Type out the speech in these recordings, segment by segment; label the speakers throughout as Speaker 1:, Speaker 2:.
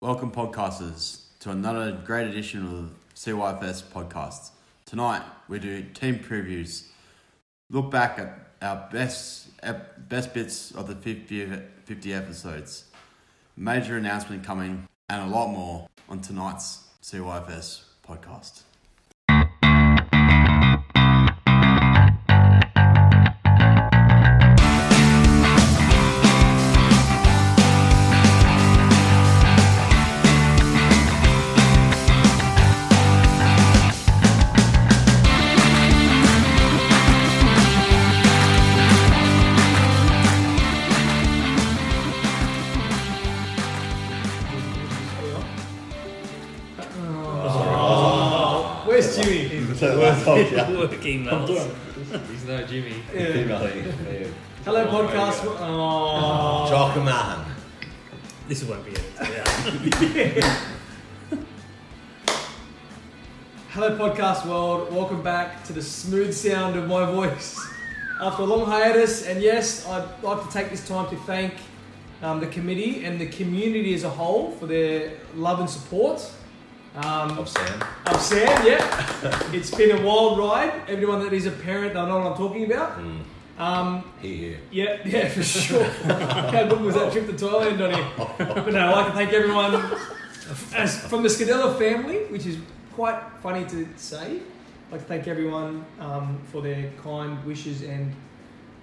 Speaker 1: Welcome, podcasters, to another great edition of the CYFS podcast. Tonight, we do team previews, look back at our best ep- best bits of the 50, 50 episodes, major announcement coming, and a lot more on tonight's CYFS podcast.
Speaker 2: Where's Jimmy?
Speaker 3: Working emails.
Speaker 4: He's no Jimmy.
Speaker 2: Hello, podcast. Oh,
Speaker 5: Jock man.
Speaker 3: This won't be it. Yeah.
Speaker 2: hello, podcast world. Welcome back to the smooth sound of my voice after a long hiatus. And yes, I'd like to take this time to thank um, the committee and the community as a whole for their love and support. Um,
Speaker 5: Of Sam.
Speaker 2: of Sam, yeah. It's been a wild ride. Everyone that is a parent, they know what I'm talking about. Um,
Speaker 5: Mm, He here.
Speaker 2: Yeah, yeah, for sure. How good was that trip to Thailand on here? But no, I'd like to thank everyone as from the Scadella family, which is quite funny to say. I'd like to thank everyone um, for their kind wishes and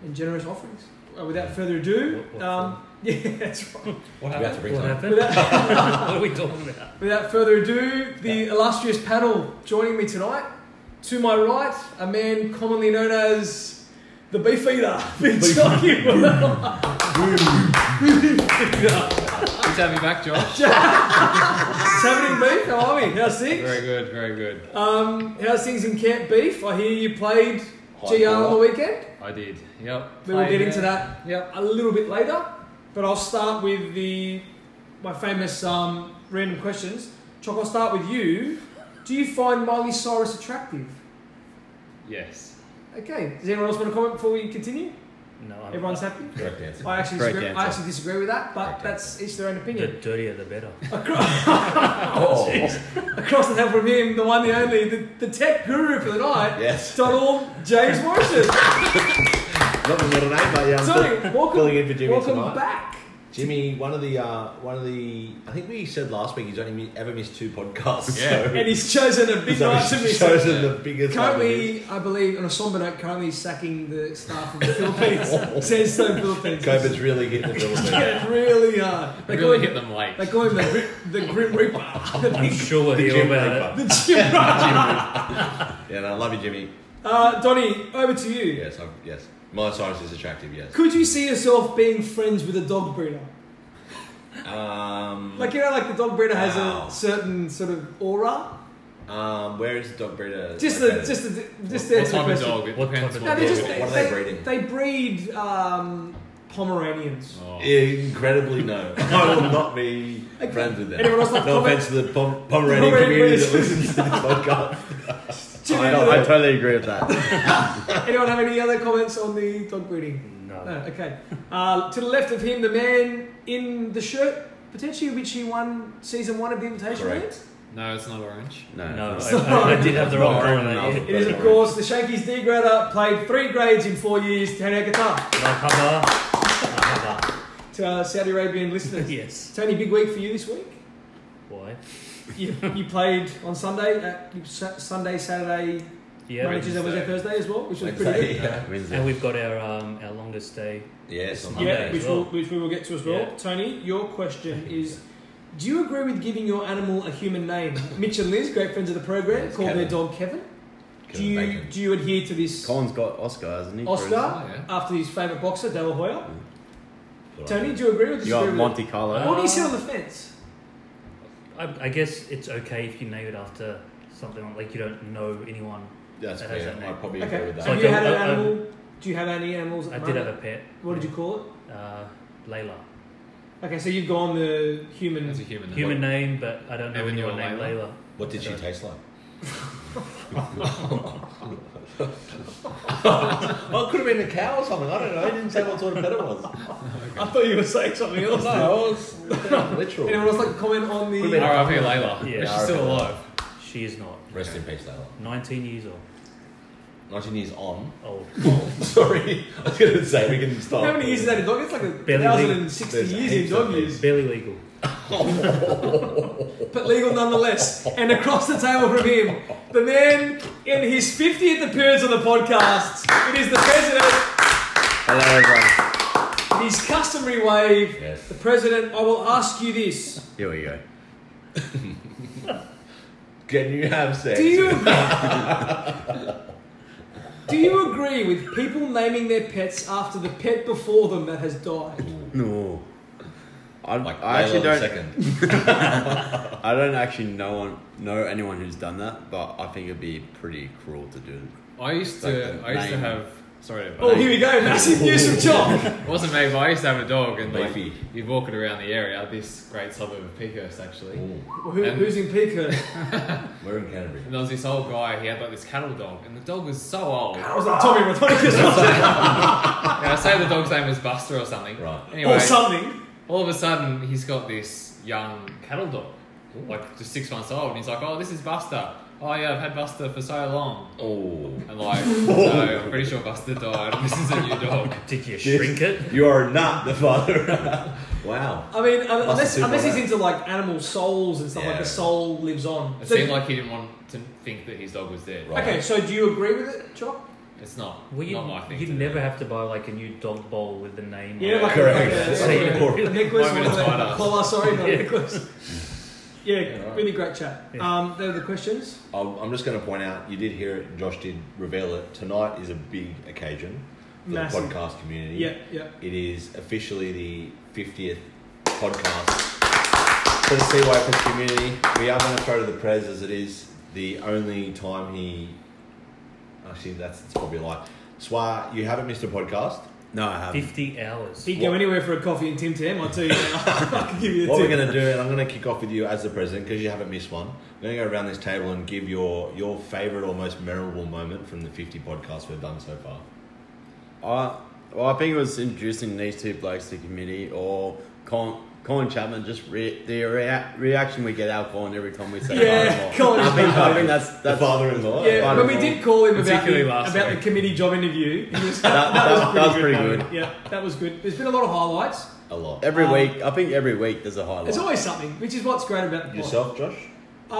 Speaker 2: and generous offerings. Uh, without further ado,
Speaker 3: What- what
Speaker 2: um, yeah, that's right.
Speaker 3: What
Speaker 5: We have to bring
Speaker 3: What
Speaker 5: some-
Speaker 3: happened?
Speaker 2: Without,
Speaker 3: what are we talking about?
Speaker 2: without further ado, the illustrious panel joining me tonight. To my right, a man commonly known as the Beef Eater, Big Jockey Willow.
Speaker 4: Good to have you back, Josh.
Speaker 2: What's happening, Beef? How are we? How's things?
Speaker 4: Very good, very good.
Speaker 2: Um, how's things in Camp Beef? I hear you played
Speaker 5: High
Speaker 2: GR on the
Speaker 5: ball.
Speaker 2: weekend.
Speaker 4: I did. Yep.
Speaker 2: We will get
Speaker 4: Played
Speaker 2: into
Speaker 4: it.
Speaker 2: that
Speaker 4: Yep.
Speaker 2: a little bit later, but I'll start with the my famous um, random questions. Choc, I'll start with you. Do you find Miley Cyrus attractive?
Speaker 4: Yes.
Speaker 2: Okay. Does anyone else want to comment before we continue?
Speaker 3: No. I'm-
Speaker 2: Everyone's happy.
Speaker 5: Correct answer.
Speaker 2: I actually
Speaker 4: Great
Speaker 2: disagree, I
Speaker 4: answer.
Speaker 2: actually disagree with that, but
Speaker 5: Great
Speaker 2: that's each their own
Speaker 3: The
Speaker 2: opinion.
Speaker 3: dirtier the better.
Speaker 5: Oh,
Speaker 2: Across the table from him, the one, the only, the, the tech guru for the night,
Speaker 5: yes.
Speaker 2: Donald James Morrison.
Speaker 5: Not the middle name, but yeah. I'm
Speaker 2: So,
Speaker 5: still-
Speaker 2: welcome,
Speaker 5: filling in for Jimmy
Speaker 2: welcome
Speaker 5: tonight.
Speaker 2: back.
Speaker 5: Jimmy, one of the, uh, one of the, I think we said last week he's only mi- ever missed two podcasts.
Speaker 4: Yeah.
Speaker 5: So,
Speaker 2: And he's chosen a big
Speaker 5: so
Speaker 2: night to
Speaker 5: he's
Speaker 2: miss.
Speaker 5: chosen the biggest one.
Speaker 2: Currently, I believe, on a somber note, currently sacking the staff of the Philippines. Says so Philippines.
Speaker 5: COVID's really hitting the Philippines.
Speaker 2: Yeah, really uh, hard. They
Speaker 4: I
Speaker 2: call
Speaker 4: really
Speaker 2: him,
Speaker 4: hit them late.
Speaker 2: they call him the, Gri- the Grim Reaper.
Speaker 5: Oh,
Speaker 2: The
Speaker 3: I'm
Speaker 2: big-
Speaker 3: sure we'll
Speaker 5: The
Speaker 3: hear
Speaker 5: Jim
Speaker 3: about it.
Speaker 2: the Jim Reaper.
Speaker 5: Yeah, no, I love you, Jimmy.
Speaker 2: Uh, Donnie, over to you.
Speaker 5: Yes, I'm, yes. My Cyrus is attractive, yes.
Speaker 2: Could you see yourself being friends with a dog breeder?
Speaker 5: Um,
Speaker 2: Like, you know, like the dog breeder has
Speaker 5: Wow.
Speaker 2: a certain sort of aura?
Speaker 5: um, where is the dog breeder?
Speaker 2: Just the,
Speaker 5: located?
Speaker 2: just the, just the
Speaker 4: What
Speaker 2: answer the
Speaker 4: type of
Speaker 2: question.
Speaker 4: dog? It
Speaker 3: What
Speaker 4: depends
Speaker 3: type of
Speaker 2: No,
Speaker 4: what
Speaker 2: they
Speaker 5: dog?
Speaker 2: just
Speaker 5: What
Speaker 2: they,
Speaker 5: are
Speaker 2: they
Speaker 5: they breeding?
Speaker 2: They breed um, Pomeranians.
Speaker 4: Oh.
Speaker 5: Incredibly no. I will not be
Speaker 2: Okay.
Speaker 5: friends with them.
Speaker 2: Anyone else like to
Speaker 5: no
Speaker 2: comment?
Speaker 5: offense to the Pom- Pomeranian
Speaker 2: Pomeranian
Speaker 5: community that
Speaker 2: breeders.
Speaker 5: listens to this podcast.
Speaker 2: Jimmy,
Speaker 5: I, I totally agree with that.
Speaker 2: anyone have any other comments on the dog breeding? No.
Speaker 3: No.
Speaker 2: Okay. Uh, to the left of him, the man in the shirt, potentially which he won season one of the Invitation.
Speaker 5: Correct.
Speaker 2: Correct.
Speaker 4: No, it's not orange.
Speaker 3: No. I,
Speaker 2: Sorry.
Speaker 3: I, I did have the wrong
Speaker 5: Sorry.
Speaker 3: color.
Speaker 5: No.
Speaker 3: Yeah.
Speaker 2: It is, of course, the Shankies D grader played three grades in four years. Tony Qatar
Speaker 3: Marhaba. Marhaba.
Speaker 2: to our Saudi Arabian listeners.
Speaker 3: Yes.
Speaker 2: Tony, big week for you this week.
Speaker 3: Why?
Speaker 2: You, you played on Sunday, uh, you, Sa- Sunday, Saturday,
Speaker 3: Yeah.
Speaker 2: Monday, Tuesday, Wednesday, Thursday as well, which was pretty good.
Speaker 5: Wednesday, yeah. Wednesday.
Speaker 3: And we've got our um, our longest day.
Speaker 5: Yes, on
Speaker 3: Yeah,
Speaker 2: Yeah,
Speaker 5: Monday.
Speaker 2: which,
Speaker 3: as well.
Speaker 2: we'll, which we will get to as well.
Speaker 3: Yeah.
Speaker 2: Tony, your question is Do you agree with giving your animal a human name? Mitch and Liz, great friends of the program,
Speaker 5: Yes,
Speaker 2: call their
Speaker 5: Kevin.
Speaker 2: dog Kevin.
Speaker 5: Kevin
Speaker 2: Do you,
Speaker 5: Bacon.
Speaker 2: do you adhere to this
Speaker 1: Colin's got Oscar, hasn't he? for
Speaker 2: Oscar
Speaker 1: his-
Speaker 4: Oh, yeah.
Speaker 2: after his favourite boxer, Dale Hoyer?
Speaker 5: Right.
Speaker 2: Tony, do you agree with this?
Speaker 1: You got Monte Carlo.
Speaker 2: What do you sit on the fence?
Speaker 3: I, I guess it's okay if you name it after something like you don't know anyone.
Speaker 5: That's
Speaker 3: That
Speaker 5: fair.
Speaker 3: has that
Speaker 5: I
Speaker 3: name.
Speaker 5: probably agree
Speaker 2: Okay,
Speaker 5: with
Speaker 2: so
Speaker 5: that.
Speaker 3: Like
Speaker 2: you
Speaker 3: a-
Speaker 2: had an
Speaker 3: a- a-
Speaker 2: animal. Do you have any animals at the
Speaker 3: I did have
Speaker 2: moment?
Speaker 3: a pet.
Speaker 2: What did you call it?
Speaker 3: Uh, Layla.
Speaker 2: Okay, so you've gone the human.
Speaker 4: That's a human. name.
Speaker 3: Human name, but I don't know
Speaker 4: Never knew
Speaker 3: anyone
Speaker 4: a
Speaker 3: named
Speaker 4: Layla.
Speaker 3: Layla.
Speaker 5: What did she taste like? Oh, it could have been a cow or something. I don't know. He didn't say what sort of pet it was.
Speaker 2: I thought you were saying something else.
Speaker 5: No, it was literal.
Speaker 2: Anyone else like to comment on
Speaker 5: Could've
Speaker 2: the?
Speaker 5: been-
Speaker 4: RIP Layla.
Speaker 3: Yeah,
Speaker 4: Yeah, she's still
Speaker 5: RIP.
Speaker 4: alive.
Speaker 3: She is not.
Speaker 5: Rest in peace, Layla.
Speaker 3: 19 years old.
Speaker 5: 19 years on.
Speaker 3: Old.
Speaker 5: Sorry, I was going to say we can stop.
Speaker 2: How many years is that in dog? It's like a
Speaker 3: Barely
Speaker 2: thousand and sixty
Speaker 5: There's
Speaker 2: years in
Speaker 5: heaps of
Speaker 2: dog years,
Speaker 3: Barely legal.
Speaker 2: but legal nonetheless. And across the table from him, the man in his fiftieth appearance on the podcast. It is the president.
Speaker 5: Hello, everyone.
Speaker 2: in His customary wave.
Speaker 5: Yes.
Speaker 2: The president. I will ask you this:
Speaker 5: Here we go. can you have sex?
Speaker 2: Do you agree? Do you agree with people naming their pets after the pet before them that has died?
Speaker 1: No. I,
Speaker 5: Like
Speaker 1: I actually
Speaker 5: Layla
Speaker 1: don't.
Speaker 5: the second.
Speaker 1: I don't actually know one, know anyone who's done that, but I think it'd be pretty cruel to do.
Speaker 4: I used to,
Speaker 1: Like the
Speaker 4: I used to
Speaker 1: name.
Speaker 4: have. Sorry, to-
Speaker 2: Oh, here we go. Massive news from John.
Speaker 4: it wasn't me, but I used to have a dog, and like
Speaker 5: Beefy.
Speaker 4: you'd walk it around the area. This great suburb of Peakhurst, actually.
Speaker 5: Ooh,
Speaker 2: Who,
Speaker 4: And-
Speaker 2: who's in Peakhurst?
Speaker 5: we're in Canterbury.
Speaker 4: And there was this old guy. He had like this cattle dog, and the dog was so old.
Speaker 2: I was like Tommy Rotonicus
Speaker 4: And I say the dog's name was Buster or something.
Speaker 5: Right.
Speaker 4: Anyway,
Speaker 2: or something.
Speaker 4: all of a sudden he's got this young cattle dog, like just six months old, and he's like, "Oh, this is Buster. Oh yeah, I've had Buster for so long."
Speaker 5: Oh.
Speaker 4: And like, no, I'm pretty sure Buster died. This is a new dog.
Speaker 3: Did you shrink it?
Speaker 5: You are not the father. wow.
Speaker 2: I mean, un- unless,
Speaker 5: a super
Speaker 2: unless he's
Speaker 5: name.
Speaker 2: into like animal souls and stuff like
Speaker 5: Yeah.
Speaker 2: the soul lives on.
Speaker 4: It
Speaker 2: So-
Speaker 4: seemed like he didn't want to think that his dog was dead.
Speaker 5: Right.
Speaker 2: okay, so do you agree with it, Chop?
Speaker 4: It's not.
Speaker 3: Well, you,
Speaker 4: not my thing.
Speaker 3: you'd
Speaker 4: to do.
Speaker 3: never have to buy like a new dog bowl with the name.
Speaker 2: Yeah,
Speaker 3: on
Speaker 2: like
Speaker 3: it.
Speaker 5: Correct.
Speaker 2: a,
Speaker 3: Or-
Speaker 2: a, a necklace
Speaker 4: Mine
Speaker 2: or whatever.
Speaker 4: with a spider.
Speaker 2: Collar, sorry, not a
Speaker 3: Yeah.
Speaker 2: necklace. Yeah,
Speaker 4: Yeah, right.
Speaker 2: really great chat.
Speaker 3: Yeah.
Speaker 2: Um, there are the questions.
Speaker 5: I'm I'm just going to point out, you did hear it, Josh did reveal it. Tonight is a big occasion for
Speaker 2: Massive.
Speaker 5: the podcast community.
Speaker 2: Yeah, yeah.
Speaker 5: It is officially the 50th podcast for the CYFS community. We are going to throw to the Prez as it is the only time he. Actually, that's it's probably a lie. Swa, you haven't missed a podcast.
Speaker 1: No, I haven't.
Speaker 3: 50 hours.
Speaker 2: He'd go anywhere for a coffee and Tim Tam, I'll tell you now. I can give you a
Speaker 5: What we're
Speaker 2: tip.
Speaker 5: going to do, and I'm going to kick off with you as the president because you haven't missed one. I'm going to go around this table and give your your favourite or most memorable moment from the 50 podcasts we've done so far.
Speaker 1: I, well, I think it was introducing these two blokes to the committee or Colin, Colin Chapman, just re, the rea- reaction we get out of Colin every time we say
Speaker 2: Yeah,
Speaker 1: hi.
Speaker 2: Colin.
Speaker 1: I think, I think that's,
Speaker 5: The
Speaker 1: that's
Speaker 5: father-in-law.
Speaker 2: Yeah, when we did call him about,
Speaker 4: Particularly
Speaker 2: the,
Speaker 4: last
Speaker 2: about the
Speaker 4: week.
Speaker 2: committee job interview, he was,
Speaker 1: that, that, that was pretty good.
Speaker 2: moment. Yeah, that was good. There's been a lot of highlights.
Speaker 5: a lot.
Speaker 1: Every
Speaker 2: Um,
Speaker 1: week, I think every week there's a highlight.
Speaker 2: There's always something, which is what's great about the pod.
Speaker 5: Yourself, Josh.
Speaker 2: Uh,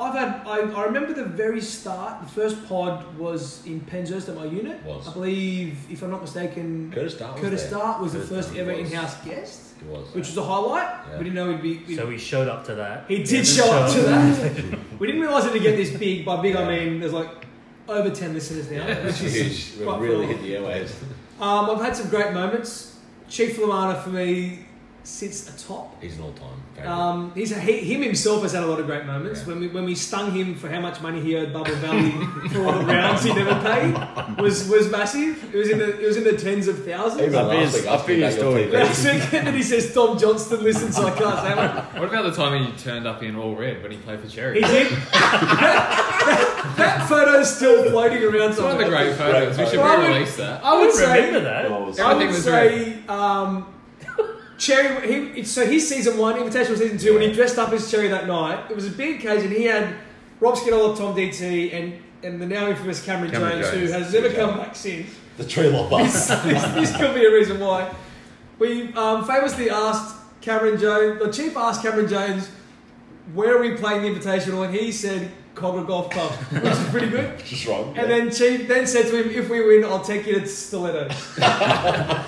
Speaker 2: I've had. I, I remember the very start. The first pod was in Penshurst at my unit.
Speaker 5: Was.
Speaker 2: I believe, if I'm not mistaken,
Speaker 5: Curtis Starr was
Speaker 2: Curtis
Speaker 5: there.
Speaker 2: Starr was
Speaker 5: Curtis
Speaker 2: the first
Speaker 5: Starr
Speaker 2: ever
Speaker 5: was.
Speaker 2: in-house guest,
Speaker 5: It was.
Speaker 2: which was a highlight. We
Speaker 5: Yeah.
Speaker 2: didn't know he'd be. we'd-
Speaker 3: So we showed up to that.
Speaker 2: he
Speaker 3: Yeah,
Speaker 2: did show up to
Speaker 3: showed
Speaker 2: that. we didn't realise it would get this big. By big, I
Speaker 5: Yeah.
Speaker 2: mean there's like over ten listeners now.
Speaker 5: Yeah,
Speaker 2: which
Speaker 5: it's
Speaker 2: is
Speaker 5: huge. We
Speaker 2: quite
Speaker 5: really
Speaker 2: phenomenal.
Speaker 5: hit the airwaves.
Speaker 2: Um, I've had some great moments. Chief Luana for me sits atop.
Speaker 5: He's an all-time favorite.
Speaker 2: Um, he's he, him himself has had a lot of great moments.
Speaker 5: Yeah.
Speaker 2: When we when we stung him for how much money he owed Bubble Valley for all the rounds he never paid was was massive. It was in the it was in the tens of thousands.
Speaker 5: Even
Speaker 1: I've been-
Speaker 5: last week, I
Speaker 1: I've been
Speaker 5: think
Speaker 1: in story.
Speaker 2: Last weekend, and he says Tom Johnston listens, so I can't say one.
Speaker 4: What about the time he turned up in all red when he played for Cherry?
Speaker 2: He did. that, that photo's still floating around
Speaker 4: It's one of the
Speaker 2: somewhere.
Speaker 4: great photos. We should
Speaker 2: Well, I would-
Speaker 4: re-release that.
Speaker 2: I would say
Speaker 3: Remember that?
Speaker 2: I
Speaker 4: Everything
Speaker 2: would
Speaker 4: was
Speaker 2: say, um, Cherry. He, it's so his season one, Invitational season two, when he dressed up as Cherry that night, it was a big occasion. He had Rob Skinner, Tom DT, and and the now infamous Cameron,
Speaker 4: Cameron
Speaker 2: Jones,
Speaker 5: Jones.
Speaker 2: who has never
Speaker 5: Good
Speaker 2: come
Speaker 5: job.
Speaker 2: back since.
Speaker 5: the tree
Speaker 2: This,
Speaker 5: lopper.
Speaker 2: this, this could be a reason why. We um, famously asked Cameron Jones. The chief asked Cameron Jones, "Where are we playing the Invitational?" And he said, "Cobra Golf Club," which is pretty good.
Speaker 5: Just wrong.
Speaker 2: And then Chief then said to him, "If we win, I'll take you to Stilettos."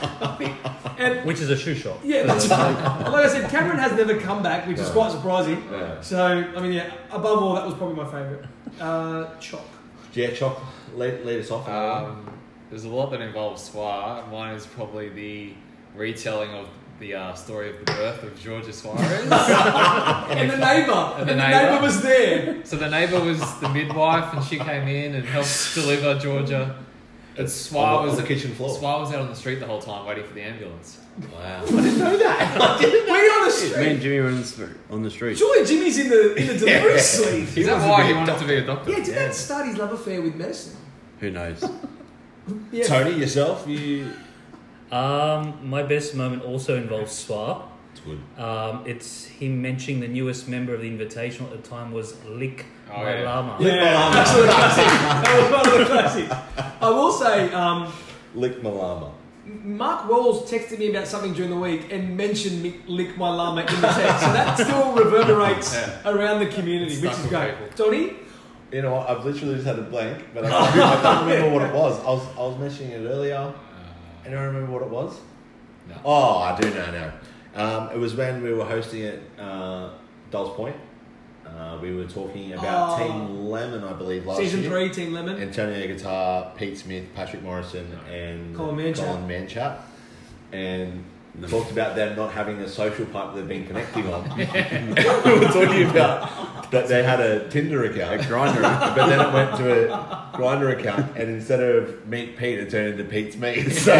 Speaker 2: and
Speaker 3: Which is a shoe shop.
Speaker 2: yeah, that's right. like I said, Cameron has never come back, which is
Speaker 5: No.
Speaker 2: quite surprising.
Speaker 5: Yeah.
Speaker 2: So I mean, yeah. Above all, that was probably my favourite. Uh, Chalk.
Speaker 5: yeah, Chop, lead, lead us off.
Speaker 4: Um, there's a lot that involves Swar. Mine is probably the retelling of the uh, story of the birth of Georgia Suarez.
Speaker 2: And the neighbour.
Speaker 4: And the
Speaker 2: neighbour
Speaker 4: neighbour.
Speaker 2: was there.
Speaker 4: so the neighbour was the midwife, and she came in and helped deliver Georgia. And Swar
Speaker 5: On the-
Speaker 4: was
Speaker 5: on the kitchen floor.
Speaker 4: Swar was out on the street the whole time waiting for the ambulance.
Speaker 5: wow.
Speaker 2: We on the
Speaker 1: Me
Speaker 2: street.
Speaker 1: and Jimmy were on the street. On the street.
Speaker 2: Surely Jimmy's in the in the delivery suite.
Speaker 4: Is that
Speaker 5: wants to
Speaker 4: why
Speaker 5: be
Speaker 4: he
Speaker 5: a
Speaker 4: wanted to be a doctor?
Speaker 2: Yeah, did that start his love affair with medicine?
Speaker 1: Who knows?
Speaker 2: Yeah.
Speaker 5: Tony, yourself, you.
Speaker 3: Um, my best moment also involves Swab.
Speaker 5: It's good.
Speaker 3: Um, it's him mentioning the newest member of the Invitational at the time was Lick
Speaker 4: Oh,
Speaker 3: my
Speaker 4: yeah.
Speaker 3: Llama.
Speaker 2: Yeah, that's one of the classics. That was one of the classics. I will say, um,
Speaker 5: Lick Malama.
Speaker 2: Mark Wells texted me about something during the week and mentioned me- Lick My Llama in the text. So that still reverberates
Speaker 4: Yeah.
Speaker 2: around the community,
Speaker 4: It's
Speaker 2: which
Speaker 4: stuck
Speaker 2: is
Speaker 4: with
Speaker 2: great.
Speaker 4: people.
Speaker 2: Tony?
Speaker 5: You know what? I've literally just had a blank, but I can't, I can't remember what it was. I was I was mentioning it earlier. Anyone remember what it was?
Speaker 4: No.
Speaker 5: Oh, I do know now. Um, it was when we were hosting at uh, Dolls Point. Uh, we were talking about
Speaker 2: Oh.
Speaker 5: Team Lemon, I believe, last
Speaker 2: Season
Speaker 5: year.
Speaker 2: 3, Team Lemon.
Speaker 5: Antonio Guitar, Pete Smith, Patrick Morrison, and
Speaker 2: Colin Manchap.
Speaker 5: Colin Manchap. And talked about them not having a social pipe they've been connecting on. we were talking about that they had a Tinder account,
Speaker 1: Grinder.
Speaker 5: but then it went to a grinder account, and instead of meet Pete, it turned into Pete's meat. So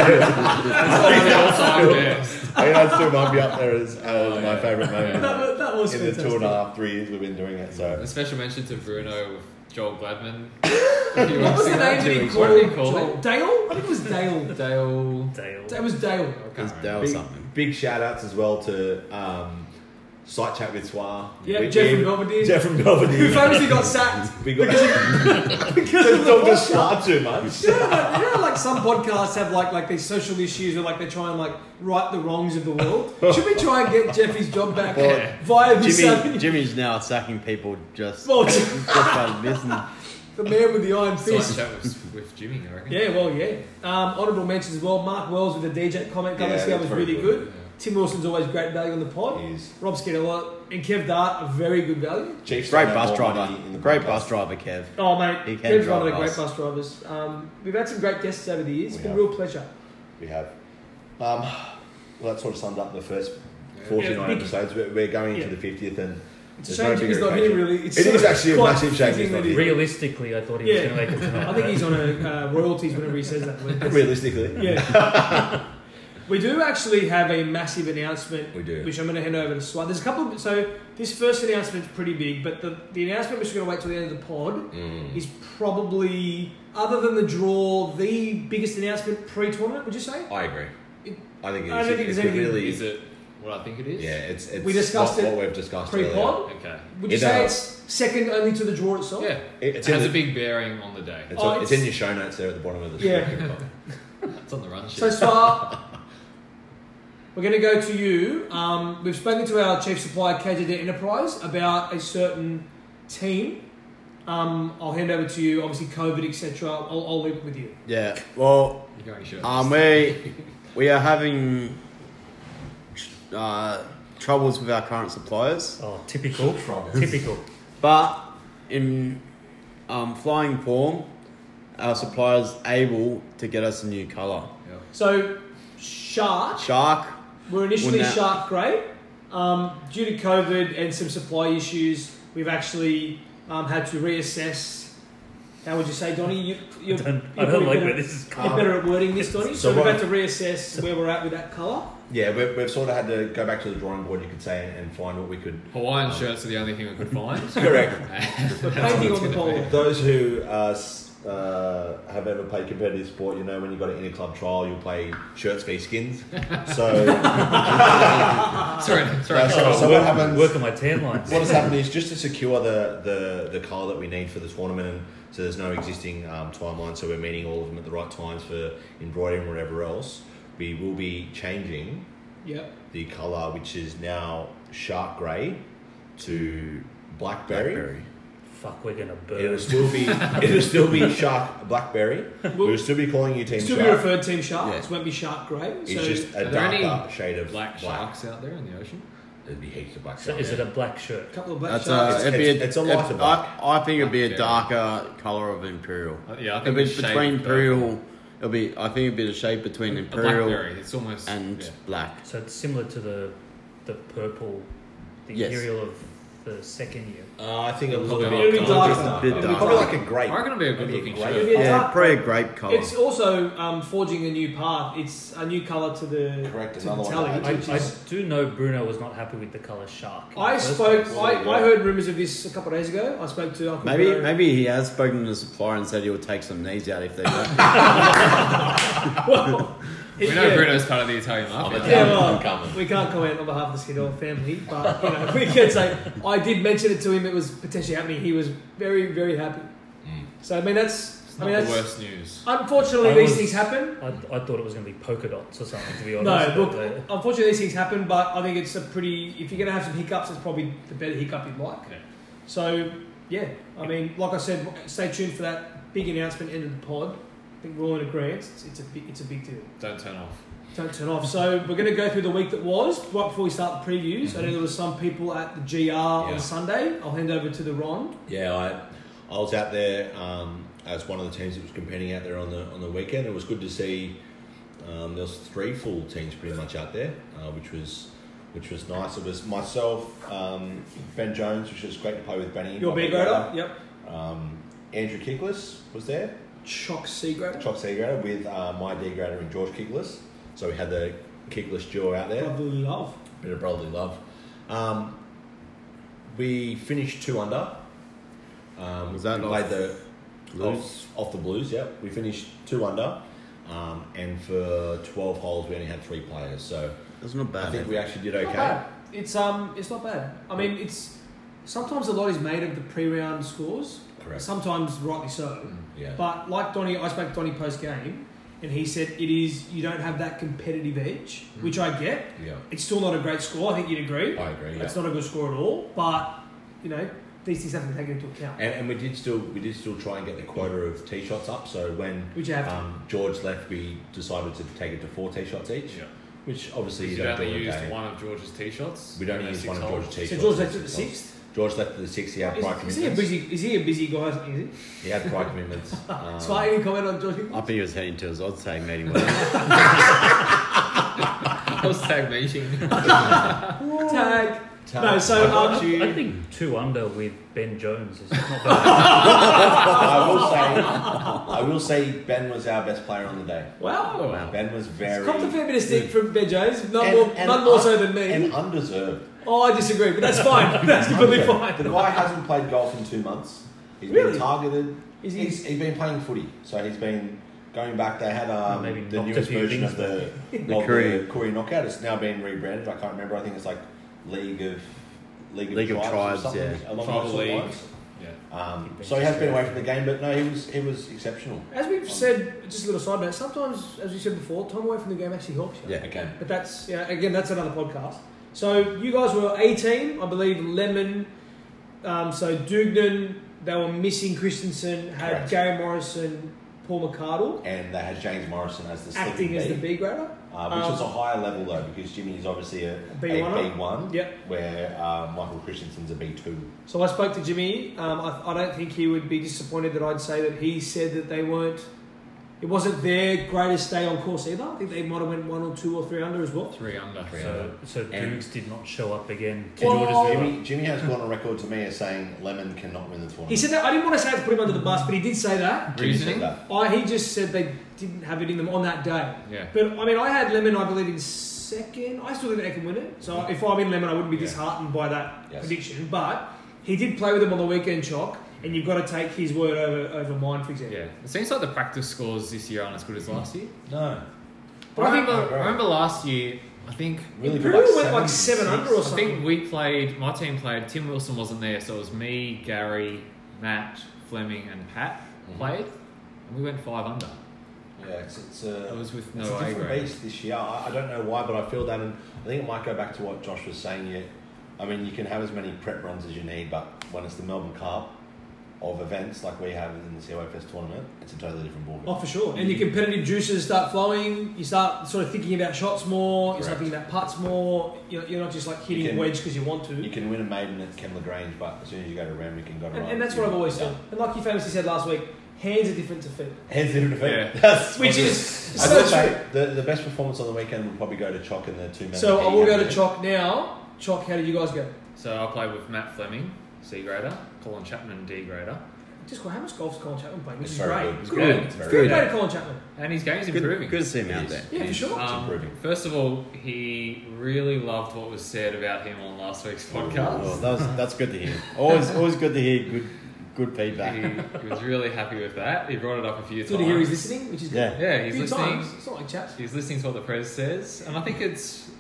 Speaker 4: Oh,
Speaker 5: I mean, I still might be up there as uh, my favourite moment
Speaker 2: That was, that was
Speaker 5: in the
Speaker 2: fantastic.
Speaker 5: two and a half, three years we've been doing it. So
Speaker 4: A special mention to Bruno with Joel Gladman.
Speaker 2: What was the name that he
Speaker 4: What did he
Speaker 2: called?
Speaker 4: call
Speaker 2: Joel-
Speaker 4: it?
Speaker 2: Dale? I think it was Dale.
Speaker 4: Dale.
Speaker 3: Dale.
Speaker 2: It was Dale.
Speaker 4: I
Speaker 1: It's
Speaker 4: can't remember.
Speaker 1: Dale
Speaker 5: big,
Speaker 1: something.
Speaker 5: big shout outs as well to um, Site Chat with Swar.
Speaker 2: Yeah,
Speaker 5: We-
Speaker 2: Jeff from
Speaker 5: we-
Speaker 2: Belvedere.
Speaker 5: Jeff from
Speaker 2: Who
Speaker 5: Belvedere.
Speaker 2: famously got sacked.
Speaker 5: we got
Speaker 2: because of the
Speaker 5: Dr.
Speaker 2: podcast.
Speaker 5: Swar too much.
Speaker 2: You know, like, you know, like some podcasts have like like these social issues or like they try and like right the wrongs of the world. Should we try and get Jeffy's job back
Speaker 1: Well,
Speaker 2: via this?
Speaker 1: Jimmy,
Speaker 2: Jimmy,
Speaker 1: Jimmy's now sacking people just,
Speaker 2: well,
Speaker 1: just by missing.
Speaker 2: the man with the iron
Speaker 4: Side
Speaker 2: fist.
Speaker 4: chat with, with Jimmy, I reckon.
Speaker 2: Yeah, well, yeah. Um, honorable mentions as well. Mark Wells with the DJ comment.
Speaker 5: Yeah,
Speaker 2: Yeah, that
Speaker 5: that's
Speaker 2: was
Speaker 5: pretty
Speaker 2: really
Speaker 5: good.
Speaker 2: good. Tim Wilson's always great value on the pod.
Speaker 5: He is.
Speaker 2: Rob Skinner and Kev Dart are very good value.
Speaker 5: Chiefs
Speaker 1: Great
Speaker 5: don't have
Speaker 1: bus
Speaker 5: more
Speaker 1: driver.
Speaker 5: money in the
Speaker 1: Great
Speaker 5: podcast.
Speaker 1: bus driver, Kev.
Speaker 2: Oh mate,
Speaker 1: He can
Speaker 2: Kev's one
Speaker 1: drive
Speaker 2: of the great
Speaker 1: us.
Speaker 2: bus drivers. Um, we've had some great guests over the years. It's
Speaker 5: We
Speaker 2: been a
Speaker 5: have.
Speaker 2: real pleasure.
Speaker 5: We have. Um, well, that sort of sums up the first 49
Speaker 3: Yeah, big-
Speaker 5: episodes. We're, we're going into
Speaker 3: Yeah.
Speaker 5: the 50th, and
Speaker 2: It's a
Speaker 5: There's no
Speaker 2: shame Jimmy's
Speaker 5: bigger
Speaker 2: not here.
Speaker 5: occasion.
Speaker 2: Really, it's
Speaker 5: It
Speaker 2: sort
Speaker 5: is
Speaker 2: of
Speaker 5: actually a
Speaker 2: quite
Speaker 5: massive shame he's
Speaker 2: fitting
Speaker 5: not
Speaker 2: that he-
Speaker 5: here.
Speaker 3: Realistically, I thought he
Speaker 2: Yeah.
Speaker 3: was going to make it tonight.
Speaker 2: I think he's on a uh, royalties whenever he says that word.
Speaker 5: realistically,
Speaker 2: Yeah. we do actually have a massive announcement.
Speaker 5: We do.
Speaker 2: Which I'm going to hand over to Swan. There's a couple. Of, so this first announcement's pretty big, but the, the announcement which we're going to wait till the end of the pod
Speaker 5: Mm.
Speaker 2: is probably, other than the draw, the biggest announcement pre-tournament. Would you say?
Speaker 5: I agree.
Speaker 2: It-
Speaker 5: I think it is.
Speaker 2: I don't think
Speaker 5: It
Speaker 2: there's
Speaker 5: could
Speaker 2: anything-
Speaker 5: really.
Speaker 4: Is it what I think it is?
Speaker 5: yeah, it's, it's
Speaker 2: We discussed
Speaker 5: not
Speaker 2: it
Speaker 5: what we've discussed earlier.
Speaker 2: Pre-pod.
Speaker 4: Okay.
Speaker 2: Would you
Speaker 5: It,
Speaker 2: say
Speaker 5: uh,
Speaker 2: it's second only to the draw itself?
Speaker 4: Yeah.
Speaker 5: It-
Speaker 4: It
Speaker 5: it's
Speaker 4: has
Speaker 5: in
Speaker 4: a
Speaker 5: the-
Speaker 4: big bearing on the day.
Speaker 5: It's,
Speaker 2: Oh,
Speaker 5: on- it's
Speaker 2: it's-
Speaker 5: in your show notes there at the bottom of the
Speaker 2: Yeah.
Speaker 5: script.
Speaker 4: It's on the run sheet.
Speaker 2: So Star, we're going to go to you. Um, we've spoken to our chief supplier, KJD Enterprise, about a certain team. Um, I'll hand over to you. Obviously, COVID, etc. I'll, I'll leave it with you.
Speaker 1: Yeah. Well,
Speaker 4: You're going shirtless.
Speaker 1: um, we we are having uh, troubles with our current suppliers.
Speaker 3: Oh, typical. typical.
Speaker 1: But in um, flying form, our supplier's able to get us a new colour.
Speaker 2: So, Shark,
Speaker 1: Shark,
Speaker 2: we're initially
Speaker 1: Well, now-
Speaker 2: Shark Grey. Um, due to COVID and some supply issues, we've actually um, had to reassess. How would you say, Donny? You,
Speaker 3: I
Speaker 2: you're,
Speaker 3: don't, I
Speaker 2: you're
Speaker 3: don't
Speaker 2: probably
Speaker 3: like
Speaker 2: better-
Speaker 3: where this is
Speaker 2: You're
Speaker 3: going.
Speaker 2: better at wording this, Donny.
Speaker 5: So
Speaker 2: So, we've
Speaker 5: what-
Speaker 2: had to reassess where we're at with that colour.
Speaker 5: yeah, we've, we've sort of had to go back to the drawing board, you could say, and, and find what we could.
Speaker 4: Hawaiian shirts are the only thing we could find.
Speaker 5: Correct.
Speaker 2: But painting on the pole.
Speaker 5: Those who uh, s- uh, have ever played competitive sport, you know, when you've got an inter club trial, you'll play shirts v skins. So.
Speaker 4: sorry, sorry.
Speaker 5: That's
Speaker 4: Carl.
Speaker 5: So what happens-
Speaker 3: Work on my tan lines.
Speaker 5: What has happened is just to secure the, the, the colour that we need for the tournament, and so there's no existing um, timeline, so we're meeting all of them at the right times for embroidering and whatever else. We will be changing
Speaker 2: Yep.
Speaker 5: the colour, which is now shark grey, to blackberry.
Speaker 1: Blackberry.
Speaker 3: Fuck, we're going to
Speaker 5: It'll
Speaker 3: burn.
Speaker 5: still be it'll still be shark blackberry. We'll,
Speaker 2: We'll
Speaker 5: still be calling you team
Speaker 2: still be
Speaker 5: shark.
Speaker 2: referred Team Shark.
Speaker 1: Yeah.
Speaker 2: It won't be Shark Grey. So
Speaker 5: It's just
Speaker 4: Are
Speaker 5: a
Speaker 4: there any
Speaker 5: darker shade of
Speaker 4: Black sharks out there in the ocean.
Speaker 5: It'd be heaps of black
Speaker 3: So
Speaker 5: shark.
Speaker 3: is it a black shirt?
Speaker 2: a couple of black
Speaker 1: That's
Speaker 2: sharks.
Speaker 1: uh,
Speaker 5: It's-
Speaker 1: it'd be
Speaker 5: it's-
Speaker 1: a,
Speaker 5: it's a
Speaker 1: it-
Speaker 5: lighter black.
Speaker 1: I, I think it'd be a
Speaker 4: Blackberry.
Speaker 1: darker colour of imperial.
Speaker 4: Uh, yeah, I
Speaker 1: It'd
Speaker 4: think
Speaker 1: be
Speaker 4: it's shaded
Speaker 1: between
Speaker 4: purple.
Speaker 1: imperial. It'll be I think it'd be the shade between
Speaker 4: A
Speaker 1: imperial
Speaker 4: blackberry. It's almost
Speaker 1: and
Speaker 4: yeah.
Speaker 1: black.
Speaker 3: So it's similar to the the purple, the
Speaker 1: Yes.
Speaker 3: imperial of the second year.
Speaker 5: Uh, I think it'll
Speaker 4: Look
Speaker 5: probably
Speaker 4: it
Speaker 5: be,
Speaker 4: up.
Speaker 2: It'll be
Speaker 4: Dark
Speaker 2: dark
Speaker 4: is
Speaker 2: though.
Speaker 1: a bit
Speaker 2: It'll be
Speaker 1: dark.
Speaker 5: probably
Speaker 2: quite-
Speaker 5: like a grape.
Speaker 4: I reckon it'll be a good
Speaker 5: Maybe
Speaker 4: looking
Speaker 5: grape.
Speaker 4: shirt.
Speaker 2: It'll be a
Speaker 1: Yeah,
Speaker 2: dark
Speaker 1: probably a
Speaker 2: colour.
Speaker 1: grape colour.
Speaker 2: It's also um, forging a new path. It's a new colour to the
Speaker 5: Correct,
Speaker 2: to
Speaker 5: another
Speaker 2: the
Speaker 5: one
Speaker 2: tally,
Speaker 5: to
Speaker 3: I,
Speaker 2: which
Speaker 3: I
Speaker 2: is-
Speaker 3: do know Bruno was not happy with the color shark. in
Speaker 2: I
Speaker 3: the first
Speaker 2: spoke.
Speaker 3: place.
Speaker 2: I, I heard rumours of this a couple of days ago. I spoke to Uncle
Speaker 1: Maybe
Speaker 2: Bruno.
Speaker 1: maybe he has spoken to the supplier and said he'll take some knees out if they don't.
Speaker 2: Well,
Speaker 4: We
Speaker 2: it-
Speaker 4: know
Speaker 2: yeah.
Speaker 4: Bruno's part of the Italian
Speaker 5: I'm
Speaker 4: mafia.
Speaker 5: a
Speaker 2: Yeah,
Speaker 5: dumb-
Speaker 2: well,
Speaker 5: I'm coming.
Speaker 2: We can't comment on behalf of the Skidor family, but you know, we can say I did mention it to him. It was potentially happening. He was very, very happy. So I mean, that's. I
Speaker 4: It's not
Speaker 2: mean,
Speaker 4: the
Speaker 2: that's.
Speaker 4: worst news.
Speaker 2: Unfortunately,
Speaker 3: I
Speaker 2: these
Speaker 3: was-
Speaker 2: things happen.
Speaker 3: I, I thought it was going to be polka dots or something. To be honest,
Speaker 2: No,
Speaker 3: but,
Speaker 2: look.
Speaker 3: uh,
Speaker 2: Unfortunately, these things happen. But I think it's a pretty. If you're going to have some hiccups, it's probably the better hiccup you'd like.
Speaker 4: Yeah.
Speaker 2: So yeah, I mean, like I said, stay tuned for that big announcement end of the pod. I think we're all in agreement. It's, it's a big, it's a big deal.
Speaker 4: Don't turn off.
Speaker 2: Don't turn off. So we're going to go through the week that was right before we start the previews. I know there was some people at the GR
Speaker 5: Yeah.
Speaker 2: on Sunday. I'll hand over to the Ron.
Speaker 5: Yeah, I, I was out there um, as one of the teams that was competing out there on the on the weekend. It was good to see. Um, there was three full teams pretty much out there, uh, which was which was nice. It was myself, um, Ben Jones, which was great to play with Benny.
Speaker 2: Your
Speaker 5: my
Speaker 2: beer
Speaker 5: big
Speaker 2: grader. Yep.
Speaker 5: brother. Um, Andrew Kiklis was there,
Speaker 2: Chock C grader.
Speaker 5: Chop C grader with uh, my D grader and George Kiklis. So we had the Kiklis duo out there
Speaker 2: Probably love.
Speaker 5: bit of brotherly love. Um, we finished two under. Um,
Speaker 1: Was that
Speaker 5: we
Speaker 1: off
Speaker 5: played the
Speaker 1: Blues?
Speaker 5: Off, off the Blues? Yeah, we finished two under, um, and for twelve holes we only had three players, so
Speaker 1: That's not bad.
Speaker 5: I think we actually did
Speaker 2: It's Not
Speaker 5: okay.
Speaker 2: bad. It's um, it's not bad. I mean, it's sometimes a lot is made of the pre-round scores.
Speaker 5: Correct.
Speaker 2: Sometimes rightly so.
Speaker 5: Yeah.
Speaker 2: But like Donny, I spoke to Donny post game, and he said it is you don't have that competitive edge,
Speaker 5: Mm.
Speaker 2: which I get.
Speaker 5: Yeah.
Speaker 2: It's still not a great score. I think you'd agree.
Speaker 5: I agree. Oh, Yeah.
Speaker 2: It's not a good score at all, but you know these things have to be taken into account,
Speaker 5: And, and we did still we did still try and get the quota of tee shots up. So when
Speaker 2: which you have. to.
Speaker 5: um, George left, we decided to take it to four tee shots each,
Speaker 4: Yeah.
Speaker 5: which obviously
Speaker 4: You,
Speaker 5: you,
Speaker 4: you
Speaker 5: don't do
Speaker 4: only
Speaker 5: in a
Speaker 4: used
Speaker 5: day.
Speaker 4: one of George's tee shots.
Speaker 5: We don't
Speaker 4: in those
Speaker 5: use
Speaker 4: six
Speaker 5: one of
Speaker 4: holes.
Speaker 5: George's tee
Speaker 2: so
Speaker 5: shots.
Speaker 2: George left at
Speaker 5: in
Speaker 2: the
Speaker 5: six holes.
Speaker 2: sixth.
Speaker 5: George left at the six. He had
Speaker 2: Is,
Speaker 5: prior
Speaker 2: is he a
Speaker 5: commitments.
Speaker 2: busy? Is he a busy guy? Is he?
Speaker 5: he had prior commitments. Um,
Speaker 2: So any comment on George?
Speaker 5: Ah.
Speaker 1: I think he was heading to his odds saying meeting. wasn't he?
Speaker 4: I was stagnating.
Speaker 2: Tag.
Speaker 5: Tag.
Speaker 2: No, so,
Speaker 5: I got
Speaker 2: um,
Speaker 5: you.
Speaker 3: I think two under with Ben Jones is not bad.
Speaker 5: I will say, I will say, Ben was our best player on the day.
Speaker 2: Wow.
Speaker 4: wow.
Speaker 5: Ben was very.
Speaker 2: Copped a fair bit of stick from Ben Jones, none
Speaker 5: And-
Speaker 2: more,
Speaker 5: and
Speaker 2: none more so
Speaker 5: un-
Speaker 2: than me.
Speaker 5: And undeserved.
Speaker 2: oh, I disagree, but that's fine. that's completely
Speaker 5: The
Speaker 2: fine.
Speaker 5: guy hasn't played golf in two months. He's
Speaker 2: Really?
Speaker 5: been targeted.
Speaker 2: Is he-
Speaker 5: he's, he's been playing footy, so he's been going back. They had um,
Speaker 3: Maybe
Speaker 5: the
Speaker 3: knocked a
Speaker 5: newest
Speaker 3: few
Speaker 5: version
Speaker 3: things
Speaker 5: of the
Speaker 1: The
Speaker 5: of
Speaker 1: Korea.
Speaker 5: the Korea knockout. It's now been rebranded. I can't remember. I think it's like League of League of
Speaker 1: League of Tribes,
Speaker 5: Tribes, or something
Speaker 1: yeah.
Speaker 5: along
Speaker 4: Tribal
Speaker 5: those
Speaker 4: League.
Speaker 5: lines.
Speaker 4: Yeah.
Speaker 5: Um, so he has been away from the game, but no, he was he was exceptional.
Speaker 2: As we've said, just a little side note, sometimes, as you said before, time away from the game actually helps you.
Speaker 1: Yeah.
Speaker 5: Again,
Speaker 2: But that's, yeah, again, that's another podcast. So you guys were 18, I believe, Lemon, um, so Dugnan, they were missing Christensen, had
Speaker 5: Correct.
Speaker 2: Gary Morrison, Paul McCardle,
Speaker 5: and they had James Morrison as the sleeping
Speaker 2: acting as the
Speaker 5: bee,
Speaker 2: B grader.
Speaker 5: uh, which
Speaker 2: um,
Speaker 5: was a higher level though because Jimmy is obviously a
Speaker 2: A B1er.
Speaker 5: a B1,
Speaker 2: Yep.
Speaker 5: where uh, Michael Christensen's a B2.
Speaker 2: So I spoke to Jimmy. Um, I, I don't think he would be disappointed that I'd say that he said that they weren't. It wasn't their greatest day on course either. I think they might have went one or two or three under as well.
Speaker 4: Three under.
Speaker 3: so so
Speaker 5: And-
Speaker 3: Dukes did not show up again. to
Speaker 2: Well-
Speaker 3: George's River.
Speaker 5: Jimmy, Jimmy has gone on record to me as saying Lemon cannot win the tournament.
Speaker 2: He said that I didn't want to say to put him under the bus, but he did say that.
Speaker 5: Jimmy said
Speaker 4: Reasoning?
Speaker 5: that.
Speaker 2: I, he just said they didn't have it in them on that day.
Speaker 4: Yeah.
Speaker 2: But I mean, I had Lemon, I believe, in second. I still think they can win it. So if I'm in Lemon, I wouldn't be
Speaker 4: Yeah.
Speaker 2: disheartened by that
Speaker 5: Yes.
Speaker 2: prediction. But he did play with them on the weekend, Chalk, and you've got to take his word over, over mine, for example.
Speaker 4: Yeah. It seems like the practice scores this year aren't as good as last year.
Speaker 5: No,
Speaker 2: But I think
Speaker 4: remember,
Speaker 5: agree.
Speaker 4: I remember last year, I think
Speaker 5: really
Speaker 2: Peru
Speaker 5: like
Speaker 2: went like seven
Speaker 5: six.
Speaker 2: under or
Speaker 4: I
Speaker 2: something.
Speaker 4: think we played, my team played, Tim Wilson wasn't there, so it was me, Gary, Matt, Fleming, and Pat
Speaker 5: Mm-hmm.
Speaker 4: played. And we went five under.
Speaker 5: Yeah, it's, it's a,
Speaker 4: It was with
Speaker 5: it's
Speaker 4: no
Speaker 5: a
Speaker 4: A
Speaker 5: different
Speaker 4: grade.
Speaker 5: beast this year. I, I don't know why, but I feel that, and I think it might go back to what Josh was saying. Yet, I mean, you can have as many prep runs as you need, but when it's the Melbourne Cup of events like we have in the COFS tournament, it's a totally different ballgame.
Speaker 2: Oh, for sure. And your competitive juices start flowing. You start sort of thinking about shots more. You start
Speaker 5: Correct.
Speaker 2: thinking about putts more. You're, you're not just like hitting
Speaker 5: You can-
Speaker 2: wedge because you want to.
Speaker 5: You can win a maiden at Kemble Grange, but as soon as you go to Ramwick and got
Speaker 2: and, and that's what I've always said. And like you famously said last week, hands are different to feet,
Speaker 5: Heads in
Speaker 4: Yeah.
Speaker 5: That's
Speaker 2: which
Speaker 5: what it
Speaker 2: is
Speaker 5: I will
Speaker 2: so true.
Speaker 5: say the, the best performance on the weekend would probably go to Chalk in the two men.
Speaker 2: So I will go to Chalk now. Chalk, how did you guys go?
Speaker 4: So I played with Matt Fleming, C grader, Colin Chapman, D grader,
Speaker 2: Just how much golf's Colin Chapman playing? Which
Speaker 5: It's
Speaker 2: is
Speaker 5: very
Speaker 2: great.
Speaker 5: good. It's
Speaker 2: Good.
Speaker 5: good.
Speaker 2: on him.
Speaker 5: It's very
Speaker 2: Fair
Speaker 5: good.
Speaker 2: play to Colin Chapman.
Speaker 4: and his game's
Speaker 6: Good,
Speaker 4: improving.
Speaker 6: good to see him out
Speaker 5: Yes.
Speaker 6: there.
Speaker 2: Yeah, for
Speaker 5: He's-
Speaker 2: sure.
Speaker 5: It's
Speaker 4: Um,
Speaker 5: improving.
Speaker 4: first of all, he really loved what was said about him on last week's
Speaker 2: Oh,
Speaker 1: Oh,
Speaker 6: Well,
Speaker 4: podcast.
Speaker 6: that was, that's good to hear. Always, always good to hear good, good feedback.
Speaker 4: He, he was really happy with that. He brought it up a few
Speaker 2: It's
Speaker 4: times.
Speaker 2: good to hear he's listening, which is
Speaker 6: Yeah.
Speaker 2: good.
Speaker 4: yeah,
Speaker 2: A
Speaker 4: he's
Speaker 2: few
Speaker 4: listening.
Speaker 2: times. It's not like chaps.
Speaker 4: He's listening to what the press says, and I think it's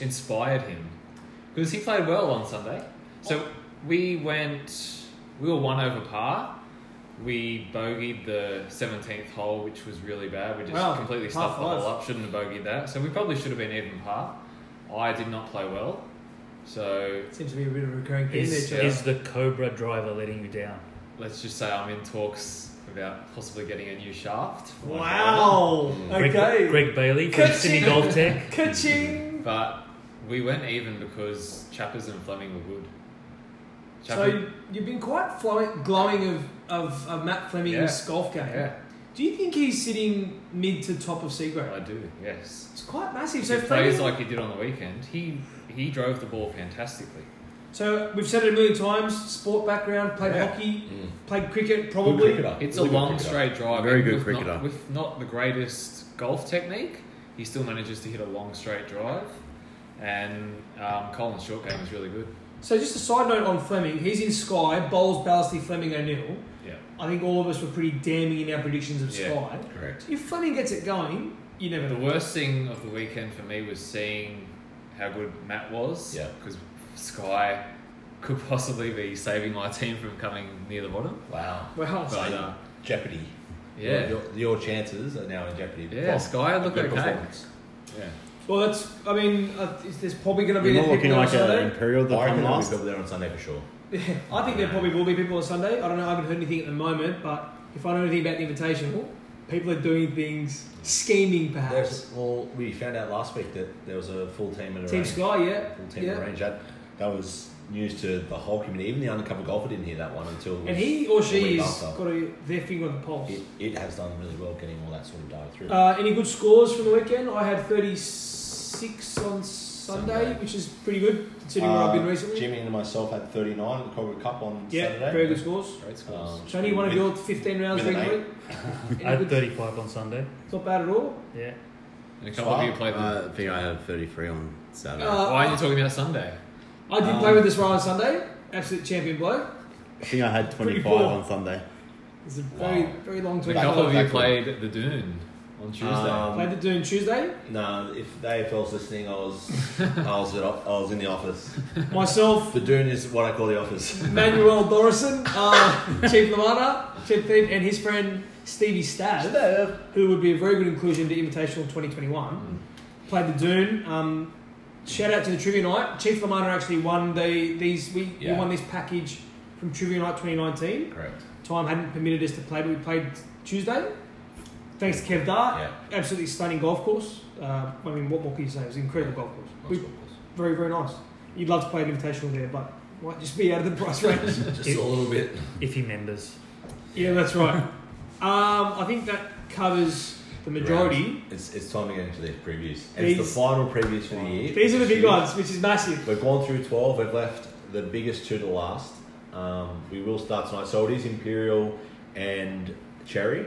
Speaker 4: inspired him because he played well on Sunday. So we went, we were one over par. We bogeyed the 17th hole, which was really bad. We just
Speaker 2: Wow,
Speaker 4: completely
Speaker 2: par
Speaker 4: stuffed the
Speaker 2: five.
Speaker 4: hole up. Shouldn't have bogeyed that. So we probably should have been even par. I did not play well. So
Speaker 2: Seems to be a bit of a recurring theme there,
Speaker 3: Is,
Speaker 2: Chad.
Speaker 3: is the Cobra driver letting you down?
Speaker 4: let's just say I'm in talks about possibly getting a new shaft. for my driver.
Speaker 2: Wow.
Speaker 3: Greg,
Speaker 2: Okay.
Speaker 3: Greg Bailey from Sydney
Speaker 2: Ka-ching.
Speaker 3: Golf Tech.
Speaker 2: Ka-ching.
Speaker 4: But we went even because Chappers and Fleming were good.
Speaker 2: So you- you've been quite flowing, glowing of, of, of Matt Fleming's
Speaker 4: Yeah.
Speaker 2: golf game.
Speaker 4: Yeah,
Speaker 2: Do you think he's sitting mid to top of C grade?
Speaker 4: I do. Yes.
Speaker 2: It's quite massive.
Speaker 4: So
Speaker 2: So
Speaker 4: he plays
Speaker 2: Fleming-
Speaker 4: like he did on the weekend. He he drove the ball fantastically.
Speaker 2: So we've said it a million times. Sport background, played
Speaker 4: Yeah.
Speaker 2: hockey,
Speaker 5: Mm.
Speaker 2: played cricket,
Speaker 5: Good
Speaker 2: probably.
Speaker 5: cricketer.
Speaker 4: It's
Speaker 5: Really
Speaker 4: a
Speaker 5: good
Speaker 4: long
Speaker 5: cricketer.
Speaker 4: straight drive.
Speaker 6: Very
Speaker 4: even
Speaker 6: good
Speaker 4: with
Speaker 6: cricketer.
Speaker 4: Not, with not the greatest golf technique, he still manages to hit a long straight drive. And um, Colin's short game is really good.
Speaker 2: So just a side note on Fleming. He's in Sky. Bowls Ballasty, Fleming O'Neill.
Speaker 4: Yeah.
Speaker 2: I think all of us were pretty damning in our predictions of
Speaker 4: Yeah.
Speaker 2: Sky.
Speaker 5: Correct.
Speaker 2: If Fleming gets it going, you never
Speaker 4: The
Speaker 2: know.
Speaker 4: worst thing of the weekend for me was seeing how good Matt was.
Speaker 5: Yeah.
Speaker 4: Because Sky could possibly be saving my team from coming near the bottom.
Speaker 5: Wow.
Speaker 2: Well,
Speaker 4: But uh,
Speaker 5: Jeopardy.
Speaker 4: yeah.
Speaker 5: Your, your chances are now in jeopardy.
Speaker 4: Yeah,
Speaker 5: Well,
Speaker 4: Sky look
Speaker 5: good
Speaker 4: okay.
Speaker 5: performance.
Speaker 4: Yeah.
Speaker 2: well, that's. I mean, uh, is- there's probably going to be.
Speaker 6: You're not
Speaker 2: people
Speaker 6: looking
Speaker 2: on
Speaker 6: like an
Speaker 2: Sunday.
Speaker 6: imperial that
Speaker 5: I reckon
Speaker 6: come
Speaker 5: there'll be
Speaker 6: last.
Speaker 5: people there on Sunday for sure.
Speaker 2: Yeah, I think there probably will be people on Sunday. I don't know. I haven't heard anything at the moment, but if I know anything about the invitation, people are doing things, scheming perhaps.
Speaker 5: There's, well, we found out last week that there was a full team at a
Speaker 2: Team
Speaker 5: range.
Speaker 2: Sky, yeah,
Speaker 5: Full team at a
Speaker 2: yeah.
Speaker 5: range. That, that was news to the whole community. Even the undercover golfer didn't hear that one until.
Speaker 2: And he or she
Speaker 5: Week
Speaker 2: has
Speaker 5: after.
Speaker 2: got a, their finger on the pulse.
Speaker 5: It, it has done really well getting all that sort of data through.
Speaker 2: Uh, any good scores from the weekend? I had 36 on Sunday,
Speaker 5: Sunday.
Speaker 2: which is pretty good considering where
Speaker 5: Uh,
Speaker 2: I've been recently.
Speaker 5: Jimmy and myself had 39 at the Cobra Cup on
Speaker 2: yeah,
Speaker 5: Saturday.
Speaker 2: very good scores.
Speaker 4: Great scores.
Speaker 5: Um,
Speaker 2: Shani, one of
Speaker 5: with-
Speaker 2: your 15 rounds
Speaker 5: with an
Speaker 2: regularly. Any
Speaker 3: I had
Speaker 2: good-
Speaker 3: 35 on Sunday.
Speaker 2: It's not bad at all.
Speaker 3: Yeah.
Speaker 4: and a couple of you played.
Speaker 1: I think I had 33 on Saturday.
Speaker 2: Uh,
Speaker 4: Why are you talking about Sunday?
Speaker 2: I did play with this one on Sunday. Absolute champion bloke.
Speaker 6: I think I had
Speaker 2: Pretty
Speaker 6: 25
Speaker 2: poor.
Speaker 6: on Sunday.
Speaker 2: It's a very,
Speaker 5: Wow.
Speaker 2: very long
Speaker 4: A
Speaker 2: tweet.
Speaker 4: couple of you
Speaker 5: back-
Speaker 4: played the Dune on Tuesday.
Speaker 5: Um,
Speaker 2: Played the Dune Tuesday.
Speaker 5: No, if the AFL's listening, I was, I was, at, I was in the office.
Speaker 2: Myself,
Speaker 5: The Dune is what I call the office.
Speaker 2: Manuel Dorison, uh, Chief Lamana, Chief Thief, and his friend Stevie Stav, who would be a very good inclusion to Invitational 2021,
Speaker 5: Mm.
Speaker 2: played the Dune. Um, shout out to the Trivia Night. Chief Lamana actually won the these we, we
Speaker 5: Yeah.
Speaker 2: won this package from Trivia Night 2019.
Speaker 5: Correct.
Speaker 2: Time hadn't permitted us to play, but we played Tuesday. Thanks to Kev Dart.
Speaker 5: Yeah.
Speaker 2: Absolutely stunning golf course. Uh, I mean, what more can you say? It was an incredible golf course.
Speaker 5: Nice
Speaker 2: We-
Speaker 5: golf
Speaker 2: very, very nice. You'd love to play an invitational there, but might just be out of the price range.
Speaker 5: course. Just a little bit.
Speaker 3: If he members.
Speaker 2: yeah, that's right. Um, I think that covers the majority.
Speaker 5: It's, it's time to get into the previews. And
Speaker 2: These-
Speaker 5: it's the final previews for the year.
Speaker 2: These are the big
Speaker 5: Huge.
Speaker 2: ones, which is massive.
Speaker 5: We've gone through 12. We've left the biggest two to last. Um, we will start tonight. So it is Imperial and Cherry.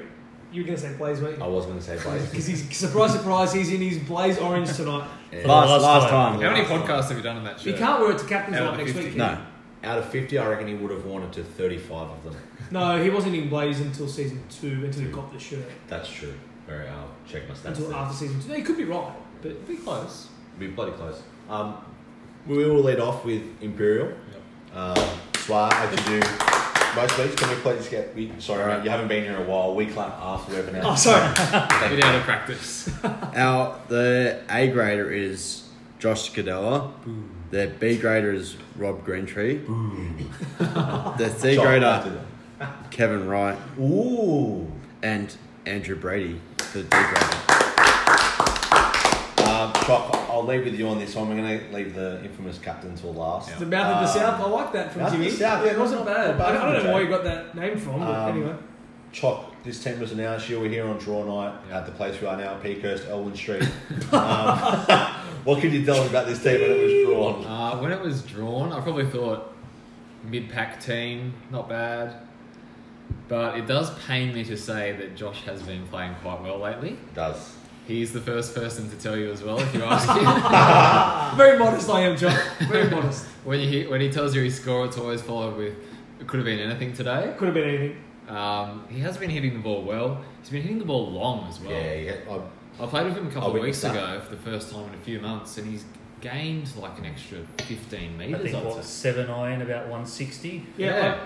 Speaker 2: You were going to say Blaze, weren't
Speaker 5: I
Speaker 2: you?
Speaker 5: was going to say Oh, Blaze.
Speaker 2: Because he's surprise, surprise, he's in his Blaze orange tonight.
Speaker 5: And
Speaker 6: Last,
Speaker 3: last
Speaker 6: last
Speaker 3: time.
Speaker 6: time.
Speaker 4: How many podcasts have you done in that
Speaker 2: You
Speaker 4: shirt?
Speaker 2: can't wear it to captain's
Speaker 4: Out
Speaker 2: night
Speaker 4: of
Speaker 2: next
Speaker 4: 50.
Speaker 2: week.
Speaker 6: No.
Speaker 5: Out of 50, I reckon he would have wanted to 35 of them.
Speaker 2: No, he wasn't in Blaze until season two, until he got the shirt.
Speaker 5: That's true. Very. I'll check my stats.
Speaker 2: until
Speaker 5: there.
Speaker 2: after season two. No, he could be right, but
Speaker 4: Pretty close.
Speaker 5: Be bloody close. Um, we will lead off with Imperial. Um, Swa, as you do most weeks. Can we please get? We, sorry, mate, you haven't been here a while. We clap after we've
Speaker 2: Oh,
Speaker 5: announced.
Speaker 2: sorry.
Speaker 4: Get out of practice.
Speaker 1: Our the A grader is Josh Cadella. The B grader is Rob Greentree. the C
Speaker 5: Shot
Speaker 1: grader
Speaker 5: after
Speaker 1: Kevin Wright
Speaker 5: that. Ooh.
Speaker 1: and Andrew Brady. The D grader.
Speaker 5: Um, Chop, I'll leave with you on this one. We're going to leave the infamous captain till last. Um,
Speaker 2: The Mouth of the South, I like that from
Speaker 5: Ah. Mouth of
Speaker 2: Jimmy.
Speaker 5: the South,
Speaker 2: yeah, it wasn't
Speaker 5: not
Speaker 2: bad.
Speaker 5: bad
Speaker 2: I, I don't
Speaker 5: from
Speaker 2: know where
Speaker 5: Jay.
Speaker 2: you got that name from, but
Speaker 5: Um,
Speaker 2: anyway.
Speaker 5: Chop, this team was announced. You were here on draw night
Speaker 4: Yeah.
Speaker 5: at the place we are now, Peakhurst, Elwyn Street. Um, What can you tell us about this team when it was drawn?
Speaker 4: Uh, when it was drawn, I probably thought mid pack team, not bad. But it does pain me to say that Josh has been playing quite well lately.
Speaker 5: Does.
Speaker 4: He's the first person to tell you as well, if you ask him.
Speaker 5: ah.
Speaker 2: Very modest I am, John. Very modest.
Speaker 4: when, you hear, when he tells you his score, it's always followed with, it could have been anything today.
Speaker 2: Could have been anything.
Speaker 4: Um, he has been hitting the ball well. He's been hitting the ball long as well.
Speaker 5: Yeah, yeah. I'm-
Speaker 4: I played with him a
Speaker 5: I
Speaker 4: couple of weeks
Speaker 5: witnessed Oh, that.
Speaker 4: ago for the first time in a few months, and he's gained like an extra 15
Speaker 3: I
Speaker 4: metres.
Speaker 3: think
Speaker 4: I'd
Speaker 3: what
Speaker 4: say.
Speaker 3: seven iron about one sixty.
Speaker 2: Yeah.
Speaker 4: Yeah.
Speaker 2: I-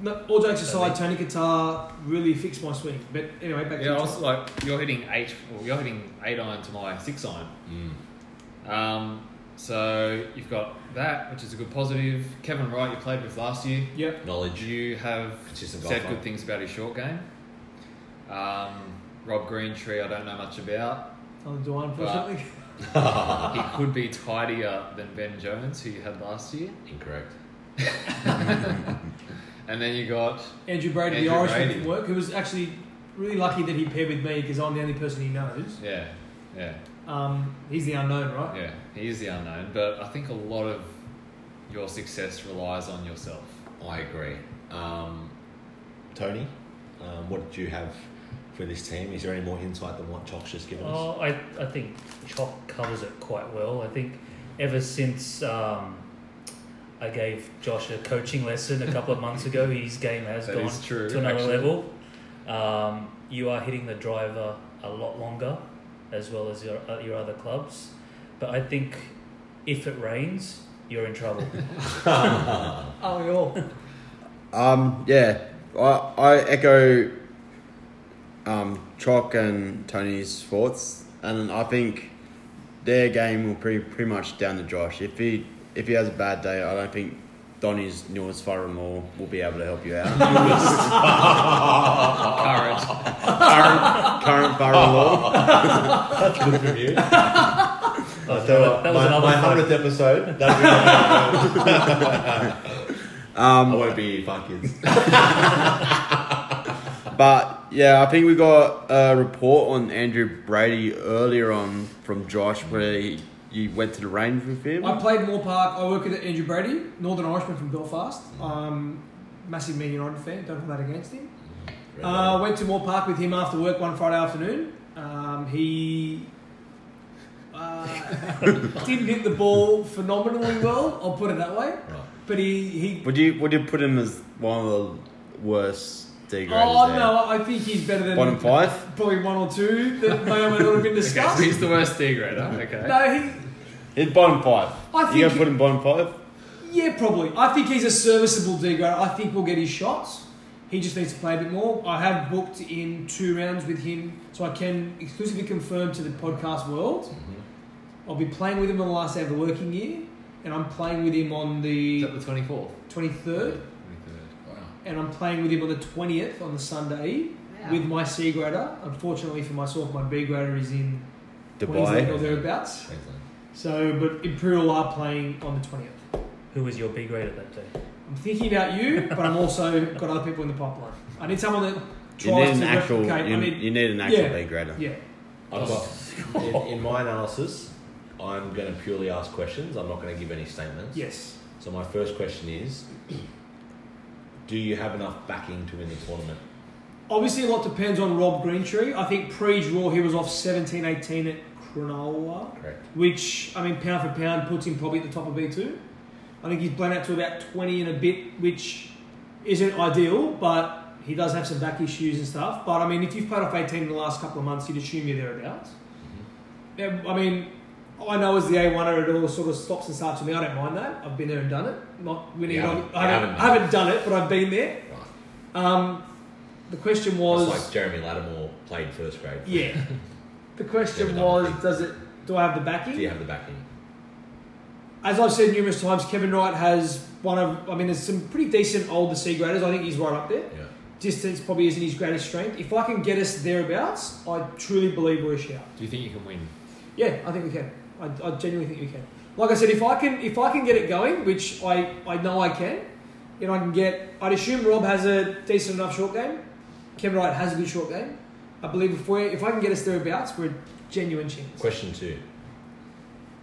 Speaker 2: no, all jokes aside, Tony Guitar really fixed my swing. But anyway, back to
Speaker 4: Yeah, I
Speaker 2: you,
Speaker 4: was
Speaker 2: John.
Speaker 4: like, you're hitting eight, well, you're hitting eight iron to my six iron.
Speaker 5: Mm,
Speaker 4: Um, so you've got that, which is a good positive. Kevin Wright, you played with last year.
Speaker 2: Yep.
Speaker 5: Knowledge.
Speaker 4: You have
Speaker 5: Consistent
Speaker 4: said
Speaker 5: golfer.
Speaker 4: good things about his short game. Um, Rob Greentree, I don't know much about.
Speaker 2: On the door, unfortunately.
Speaker 4: He could be tidier than Ben Jones, who you had last year.
Speaker 5: Incorrect.
Speaker 4: And then you got
Speaker 2: Andrew Brady, the
Speaker 4: Andrew
Speaker 2: Irishman
Speaker 4: Brady.
Speaker 2: from work, who was actually really lucky that he paired with me because I'm the only person he knows.
Speaker 4: yeah, yeah,
Speaker 2: Um, he's the unknown, right?
Speaker 4: yeah. He is the unknown, but I think a lot of your success relies on yourself.
Speaker 5: I agree. Um, Tony, um, what did you have for this team? Is there any more insight than what Chalk's just given us?
Speaker 3: Oh, I, I think Chalk covers it quite well. I think ever since um, I gave Josh a coaching lesson a couple of months ago, his game has
Speaker 4: That
Speaker 3: gone
Speaker 4: is true,
Speaker 3: to another
Speaker 4: actually.
Speaker 3: level. Um, you are hitting the driver a lot longer, as well as your uh, your other clubs. But I think if it rains, you're in trouble.
Speaker 2: Are we all?
Speaker 1: Um, yeah, I, I echo um, Chalk and Tony's thoughts, and I think their game will pretty pretty much down to Josh. If he if he has a bad day, I don't think Donny's nuance fire and more will be able to help you out.
Speaker 4: Courage.
Speaker 1: current current fire and law.
Speaker 5: That's good from you.
Speaker 3: Oh,
Speaker 5: I tell you what,
Speaker 3: that was
Speaker 5: my-
Speaker 3: another
Speaker 5: my
Speaker 3: fun-
Speaker 5: hundredth episode. That'll be my um, I won't be fun kids.
Speaker 1: But yeah, I think we got a report on Andrew Brady earlier on from Josh where he, you went to the range with him.
Speaker 2: I played Moore Park. I work with Andrew Brady, Northern Irishman from Belfast. Um, massive Man United fan. Don't hold that against him. Uh, went to Moore Park with him after work one Friday afternoon. Um, he uh, didn't hit the ball phenomenally well. I'll put it that way. But he he
Speaker 1: Would you would you put him as one of the worst degraders?
Speaker 2: Oh
Speaker 1: there?
Speaker 2: no, I think he's better than
Speaker 1: Bottom five?
Speaker 2: Probably one or two that may or may not have been
Speaker 4: Okay, so
Speaker 2: discussed.
Speaker 4: he's the worst degrader. Okay.
Speaker 2: no, he.
Speaker 1: He's bottom five.
Speaker 2: I
Speaker 1: you
Speaker 2: think
Speaker 1: gonna put him bottom five?
Speaker 2: Yeah, probably. I think he's a serviceable degrader. I think we'll get his shots. He just needs to play a bit more. I have booked in two rounds with him, so I can exclusively confirm to the podcast world. I'll be playing with him on the last day of the working year, and I'm playing with him on
Speaker 4: Is
Speaker 2: the
Speaker 4: that the 24th?
Speaker 2: 23rd,
Speaker 4: 23rd. Wow.
Speaker 2: and I'm playing with him on the 20th on the Sunday with my C grader. Unfortunately for myself, my B grader is in Queensland or
Speaker 1: Dubai.
Speaker 2: thereabouts. So, but Imperial are playing on the 20th.
Speaker 3: Who was your B grader that day?
Speaker 2: I'm thinking about you, but I'm also got other people in the pipeline. I need someone that
Speaker 1: You need
Speaker 2: tries
Speaker 1: an
Speaker 2: to
Speaker 1: actual. You,
Speaker 2: replicate. I need,
Speaker 1: you need an actual
Speaker 2: yeah.
Speaker 1: B grader.
Speaker 2: yeah.
Speaker 5: I've got, in, in my analysis, I'm going to purely ask questions. I'm not going to give any statements.
Speaker 2: Yes.
Speaker 5: So my first question is, do you have enough backing to win the tournament?
Speaker 2: Obviously, a lot depends on Rob Greentree. I think pre-draw he was off 17-18 at Cronulla.
Speaker 5: Correct.
Speaker 2: which I mean, pound for pound puts him probably at the top of B two. I think he's blown out to about twenty and a bit, which isn't ideal, but he does have some back issues and stuff. But I mean, if you've played off eighteen in the last couple of months, you'd assume you're thereabouts. Yeah,
Speaker 5: Mm-hmm.
Speaker 2: I mean, I know as the A one, er, it all sort of stops and starts with me. I don't mind that. I've been there and done it. Not winning.
Speaker 5: You
Speaker 2: it on-
Speaker 5: haven't.
Speaker 2: I,
Speaker 5: You
Speaker 2: haven't,
Speaker 5: haven't.
Speaker 2: I haven't done it, but I've been there. Um, the question was.
Speaker 5: It's like Jeremy Lattimore played first grade.
Speaker 2: Yeah. The
Speaker 5: Never
Speaker 2: question
Speaker 5: done
Speaker 2: was,
Speaker 5: anything.
Speaker 2: does it? Do I have the backing?
Speaker 5: Do you have the backing?
Speaker 2: As I've said numerous times, Kevin Wright has one of. I mean, there's some pretty decent older C graders. I think he's right up there.
Speaker 5: Yeah.
Speaker 2: Distance probably isn't his greatest strength. If I can get us thereabouts, I truly believe we're a shout.
Speaker 4: Do you think you can win?
Speaker 2: Yeah, I think we can. I, I genuinely think we can. Like I said, if I can, if I can get it going, which I, I know I can, then I can get. I'd assume Rob has a decent enough short game. Kevin Wright has a good short game. I believe if we if I can get us thereabouts, we're a genuine chance.
Speaker 5: Question two.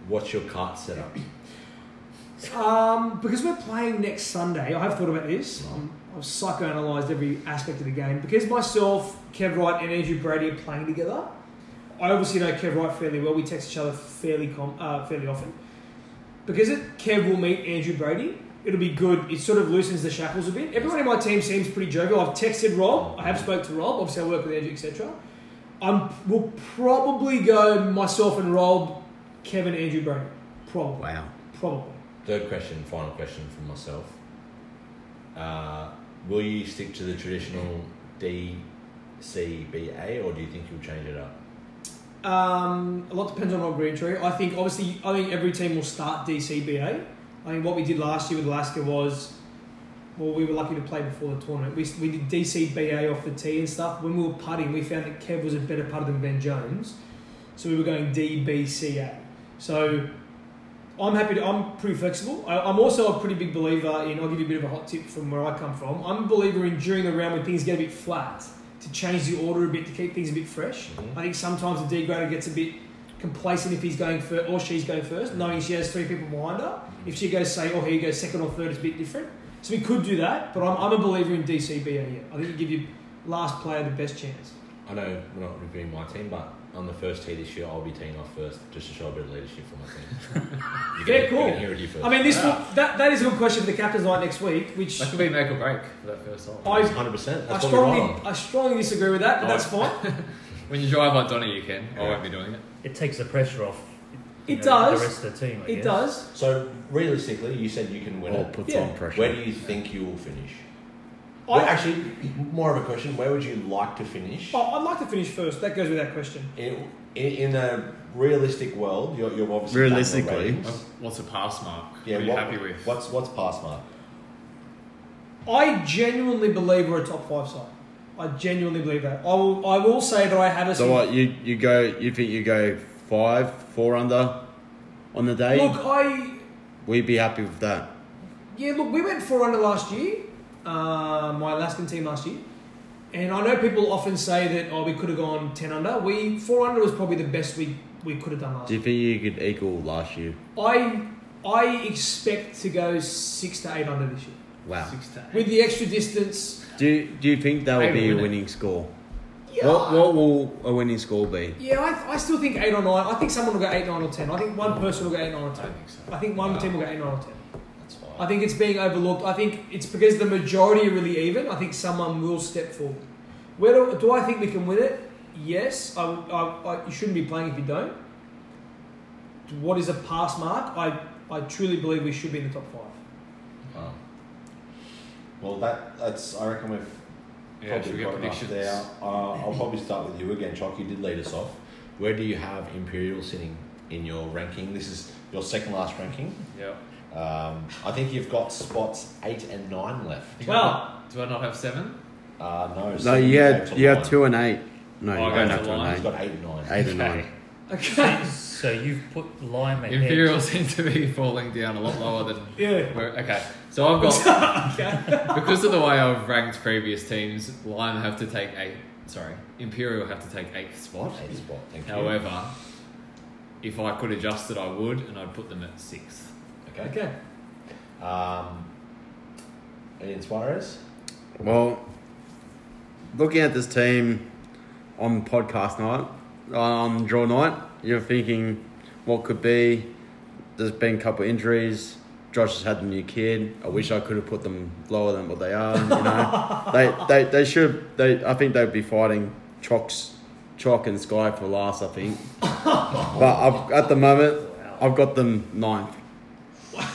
Speaker 5: what's your cart setup?
Speaker 2: Um, because we're playing next Sunday, I have thought about this. Um, I've psychoanalyzed every aspect of the game. Because myself, Kev Wright, and Andrew Brady are playing together, I obviously know Kev Wright fairly well. We text each other fairly com- uh, fairly often. Because it, Kev will meet Andrew Brady, it'll be good. It sort of loosens the shackles a bit. Everyone in my team seems pretty jovial. I've texted Rob. I have spoke to Rob. Obviously, I work with Andrew, etc. I'm will probably go myself and Rob, Kevin, Andrew Brady. Probably,
Speaker 5: Wow.
Speaker 2: probably.
Speaker 5: Third question, final question from myself. Uh, will you stick to the traditional DCBA or do you think you'll change it up?
Speaker 2: Um, a lot depends on Rob Greentree. I think obviously, I think every team will start DCBA. I mean, what we did last year with Alaska was, well, we were lucky to play before the tournament. We, we did DCBA off the tee and stuff. When we were putting, we found that Kev was a better putter than Ben Jones, so we were going DBCA. So I'm happy to. I'm pretty flexible. I, I'm also a pretty big believer in. I'll give you a bit of a hot tip from where I come from. I'm a believer in during the round when things get a bit flat to change the order a bit to keep things a bit fresh.
Speaker 5: Mhm.
Speaker 2: I think sometimes the degrader gets a bit complacent if he's going first or she's going
Speaker 5: Mm-hmm.
Speaker 2: first, knowing she has three people behind her. If she goes say, oh here you go second or third, it's a bit different. So we could do that, but I'm, I'm a believer in DCBA. Here. E I think you give your last player the best chance.
Speaker 5: I know we're not reviewing my team, but on the first tee this year, I'll be teeing off first just to show a bit of leadership for my team. you
Speaker 2: Fair
Speaker 5: can,
Speaker 2: call.
Speaker 5: You can hear it here first.
Speaker 2: I mean, this will, that that is a good question for the captain's night next week, which
Speaker 4: That could be make or break for that first hole.
Speaker 2: I
Speaker 5: 100%. That's
Speaker 2: I
Speaker 5: what we're
Speaker 2: strongly,
Speaker 5: on.
Speaker 2: I strongly disagree with that, but
Speaker 5: Oh.
Speaker 2: that's fine.
Speaker 4: When you drive like Donny, you can. I
Speaker 5: Yeah.
Speaker 4: won't be doing it.
Speaker 3: It takes the pressure off. you
Speaker 2: It does.
Speaker 3: The rest of the team. I
Speaker 2: It
Speaker 3: guess.
Speaker 2: does.
Speaker 5: So, realistically, you said you can win
Speaker 6: Or
Speaker 5: it.
Speaker 6: puts
Speaker 2: Yeah.
Speaker 6: on pressure.
Speaker 5: Where do you think you will finish?
Speaker 2: I,
Speaker 5: Well, actually, more of a question. Where would you like to finish?
Speaker 2: oh, I'd like to finish first. That goes with that question.
Speaker 5: In, in, in a realistic world, you're, you're obviously
Speaker 6: Realistically.
Speaker 5: done your ratings.
Speaker 4: What's a pass mark?
Speaker 5: yeah.
Speaker 4: what are you
Speaker 5: what-
Speaker 4: happy with?
Speaker 5: What's what's pass mark?
Speaker 2: I genuinely believe we're a top five side. I genuinely believe that. I will. I will say that I had us.
Speaker 6: So what you you go? You think you go five, four under on the day?
Speaker 2: Look, I
Speaker 6: We'd be happy with that.
Speaker 2: Yeah, look, we went four under last year, uh, my Alaskan team last year, and I know people often say that oh we could have gone ten under. We four under was probably the best we we could have done last
Speaker 6: Do you think you could equal last year?
Speaker 2: year. I I expect to go six to eight under this year
Speaker 6: Wow.
Speaker 4: Six to eight.
Speaker 2: with the extra distance.
Speaker 6: Do you, do you think that
Speaker 4: Eight
Speaker 6: would be a
Speaker 4: winning.
Speaker 6: winning score?
Speaker 2: Yeah,
Speaker 6: What what will a winning score be?
Speaker 2: yeah, I, I still think eight or nine. I think someone will go eight, nine, or ten. I think one person will go eight, nine, or
Speaker 4: I
Speaker 2: ten.
Speaker 4: don't think so.
Speaker 2: I think one
Speaker 4: No,
Speaker 2: team will go eight, nine, or ten.
Speaker 4: That's fine.
Speaker 2: I think it's being overlooked. I think it's because the majority are really even. I think someone will step forward. Where do, do I think we can win it? Yes. I, I, I, you shouldn't be playing if you don't. What is a pass mark? I, I truly believe we should be in the top five.
Speaker 5: Oh. Well, that that's. I reckon we've
Speaker 4: yeah, should we
Speaker 5: probably got
Speaker 4: get
Speaker 5: enough
Speaker 4: predictions?
Speaker 5: there. Uh, I'll probably start with you again, Chalk. You did lead us off. Where do you have Imperial sitting in your ranking? This is your second last ranking.
Speaker 4: Yeah.
Speaker 5: Um, I think you've got spots eight and nine left.
Speaker 2: Well-
Speaker 4: do I not have seven?
Speaker 5: Uh, no,
Speaker 6: No,
Speaker 5: seven
Speaker 6: you
Speaker 5: you
Speaker 6: had
Speaker 5: gave to
Speaker 6: you had
Speaker 5: nine.
Speaker 6: two and eight. No,
Speaker 4: Oh,
Speaker 6: you
Speaker 4: I
Speaker 6: don't
Speaker 4: got
Speaker 6: have
Speaker 4: to
Speaker 6: two
Speaker 4: line.
Speaker 5: He's
Speaker 6: and eight.
Speaker 5: got eight and nine.
Speaker 6: Eight and
Speaker 4: Okay.
Speaker 6: nine.
Speaker 2: Okay.
Speaker 3: So you've put Lime ahead.
Speaker 4: Imperial seem to be falling down a lot lower than.
Speaker 2: yeah.
Speaker 4: Where, okay, so I've got
Speaker 2: Okay.
Speaker 4: because of the way I've ranked previous teams, Lime have to take eight. Sorry, Imperial have to take eighth spot.
Speaker 5: Eight spot. Thank you.
Speaker 4: However, if I could adjust it, I would, and I'd put them at sixth.
Speaker 5: Okay.
Speaker 2: Okay.
Speaker 5: Um, Ian Suarez.
Speaker 6: Well, looking at this team on podcast night, on draw night, you're thinking what could be. There's been a couple of injuries. Josh has had a new kid. I wish I could have put them lower than what they are. You know, they, they they should. They I think they'd be fighting Chalk's, Chalk and Sky for last. I think, but I've, at the moment I've got them ninth,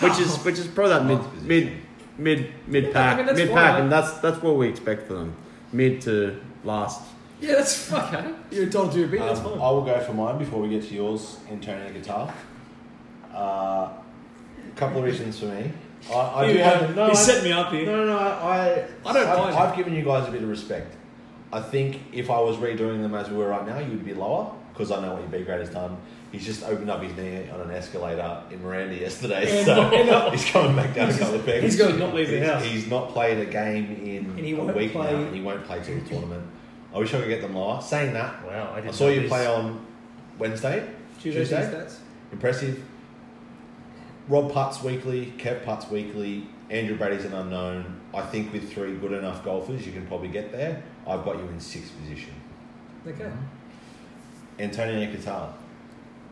Speaker 6: which is which is probably that
Speaker 5: Ninth
Speaker 6: mid
Speaker 5: position.
Speaker 6: mid mid mid
Speaker 2: Yeah, I
Speaker 6: pack,
Speaker 2: mean, that's
Speaker 6: mid
Speaker 2: fine,
Speaker 6: pack,
Speaker 2: right?
Speaker 6: and that's that's what we expect for them, mid to last.
Speaker 2: Yeah, that's okay. You're entitled to your opinion. That's
Speaker 5: Um,
Speaker 2: fine.
Speaker 5: I will go for mine before we get to yours, Antonio Guitar. A uh, couple of reasons for me. I, I do
Speaker 2: Here we
Speaker 5: have
Speaker 2: go.
Speaker 5: them. No,
Speaker 2: you
Speaker 5: I,
Speaker 2: set me up here.
Speaker 5: no, no. I,
Speaker 2: I don't
Speaker 5: I've,
Speaker 2: mind.
Speaker 5: I've given you guys a bit of respect. I think if I was redoing them as we were right now, you'd be lower because I know what your B grade has done. He's just opened up his knee on an escalator in Miranda yesterday,
Speaker 2: And-
Speaker 5: so
Speaker 2: and, uh,
Speaker 5: he's coming back down a couple of pegs.
Speaker 2: He's going to not leave the
Speaker 5: He's-
Speaker 2: house.
Speaker 5: He's not played a game in
Speaker 2: And he
Speaker 5: a
Speaker 2: won't
Speaker 5: week
Speaker 2: play-
Speaker 5: now, and he won't play till the tournament. I wish I could get them lower. Saying that,
Speaker 3: Wow, I
Speaker 5: I
Speaker 3: didn't
Speaker 5: saw
Speaker 3: know
Speaker 5: you
Speaker 3: this.
Speaker 5: play on Wednesday.
Speaker 2: Tuesday,
Speaker 5: Tuesday?
Speaker 2: stats.
Speaker 5: Impressive. Rob Putts weekly, Kev Putts weekly, Andrew Brady's an unknown. I think with three good enough golfers, you can probably get there. I've got you in sixth position.
Speaker 2: Okay.
Speaker 5: Mm-hmm. Antonio Nicotal.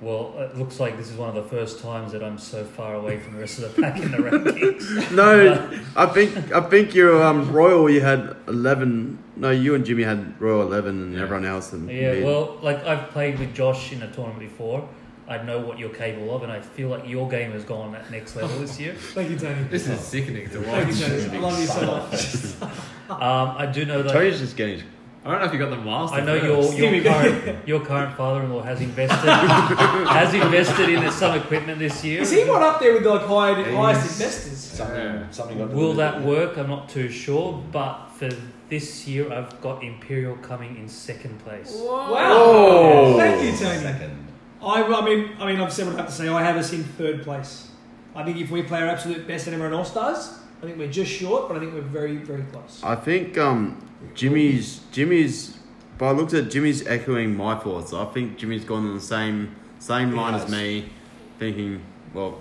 Speaker 3: Well, it looks like this is one of the first times that I'm so far away from the rest of the pack in the rankings.
Speaker 6: No, I think I think your um, Royal you had eleven. No, you and Jimmy had Royal eleven, and
Speaker 4: Yeah.
Speaker 6: everyone else. And
Speaker 3: Yeah, well, like I've played with Josh in a tournament before. I know what you're capable of, and I feel like your game has gone that next level this year.
Speaker 2: Thank you, Tony.
Speaker 4: This is sickening to
Speaker 2: Thank you,
Speaker 4: watch.
Speaker 2: Tony. I love you so much.
Speaker 3: Um, I do know that.
Speaker 6: Tony's just getting. his-
Speaker 4: I don't know if you got them last.
Speaker 3: I
Speaker 4: or
Speaker 3: know your,
Speaker 4: first.
Speaker 3: your current your current father-in-law has invested has invested in some equipment this year.
Speaker 2: Is he one up there with like hired, highest
Speaker 5: He's-
Speaker 2: investors?
Speaker 5: Something,
Speaker 4: Yeah.
Speaker 5: something got to
Speaker 3: Will
Speaker 5: do
Speaker 3: that
Speaker 5: with it.
Speaker 3: work? I'm not too sure, but for this year, I've got Imperial coming in second place.
Speaker 2: Wow. Thank you, Tony.
Speaker 5: Second.
Speaker 2: I, I mean, I mean, obviously, I would have to say I have us in third place. I think if we play our absolute best and everyone else does, I think we're just short, but I think we're very, very close.
Speaker 6: I think um, Jimmy's Jimmy's. By the looks at Jimmy's echoing my thoughts. I think Jimmy's gone on the same same
Speaker 5: He
Speaker 6: line
Speaker 5: has.
Speaker 6: as me, thinking, well,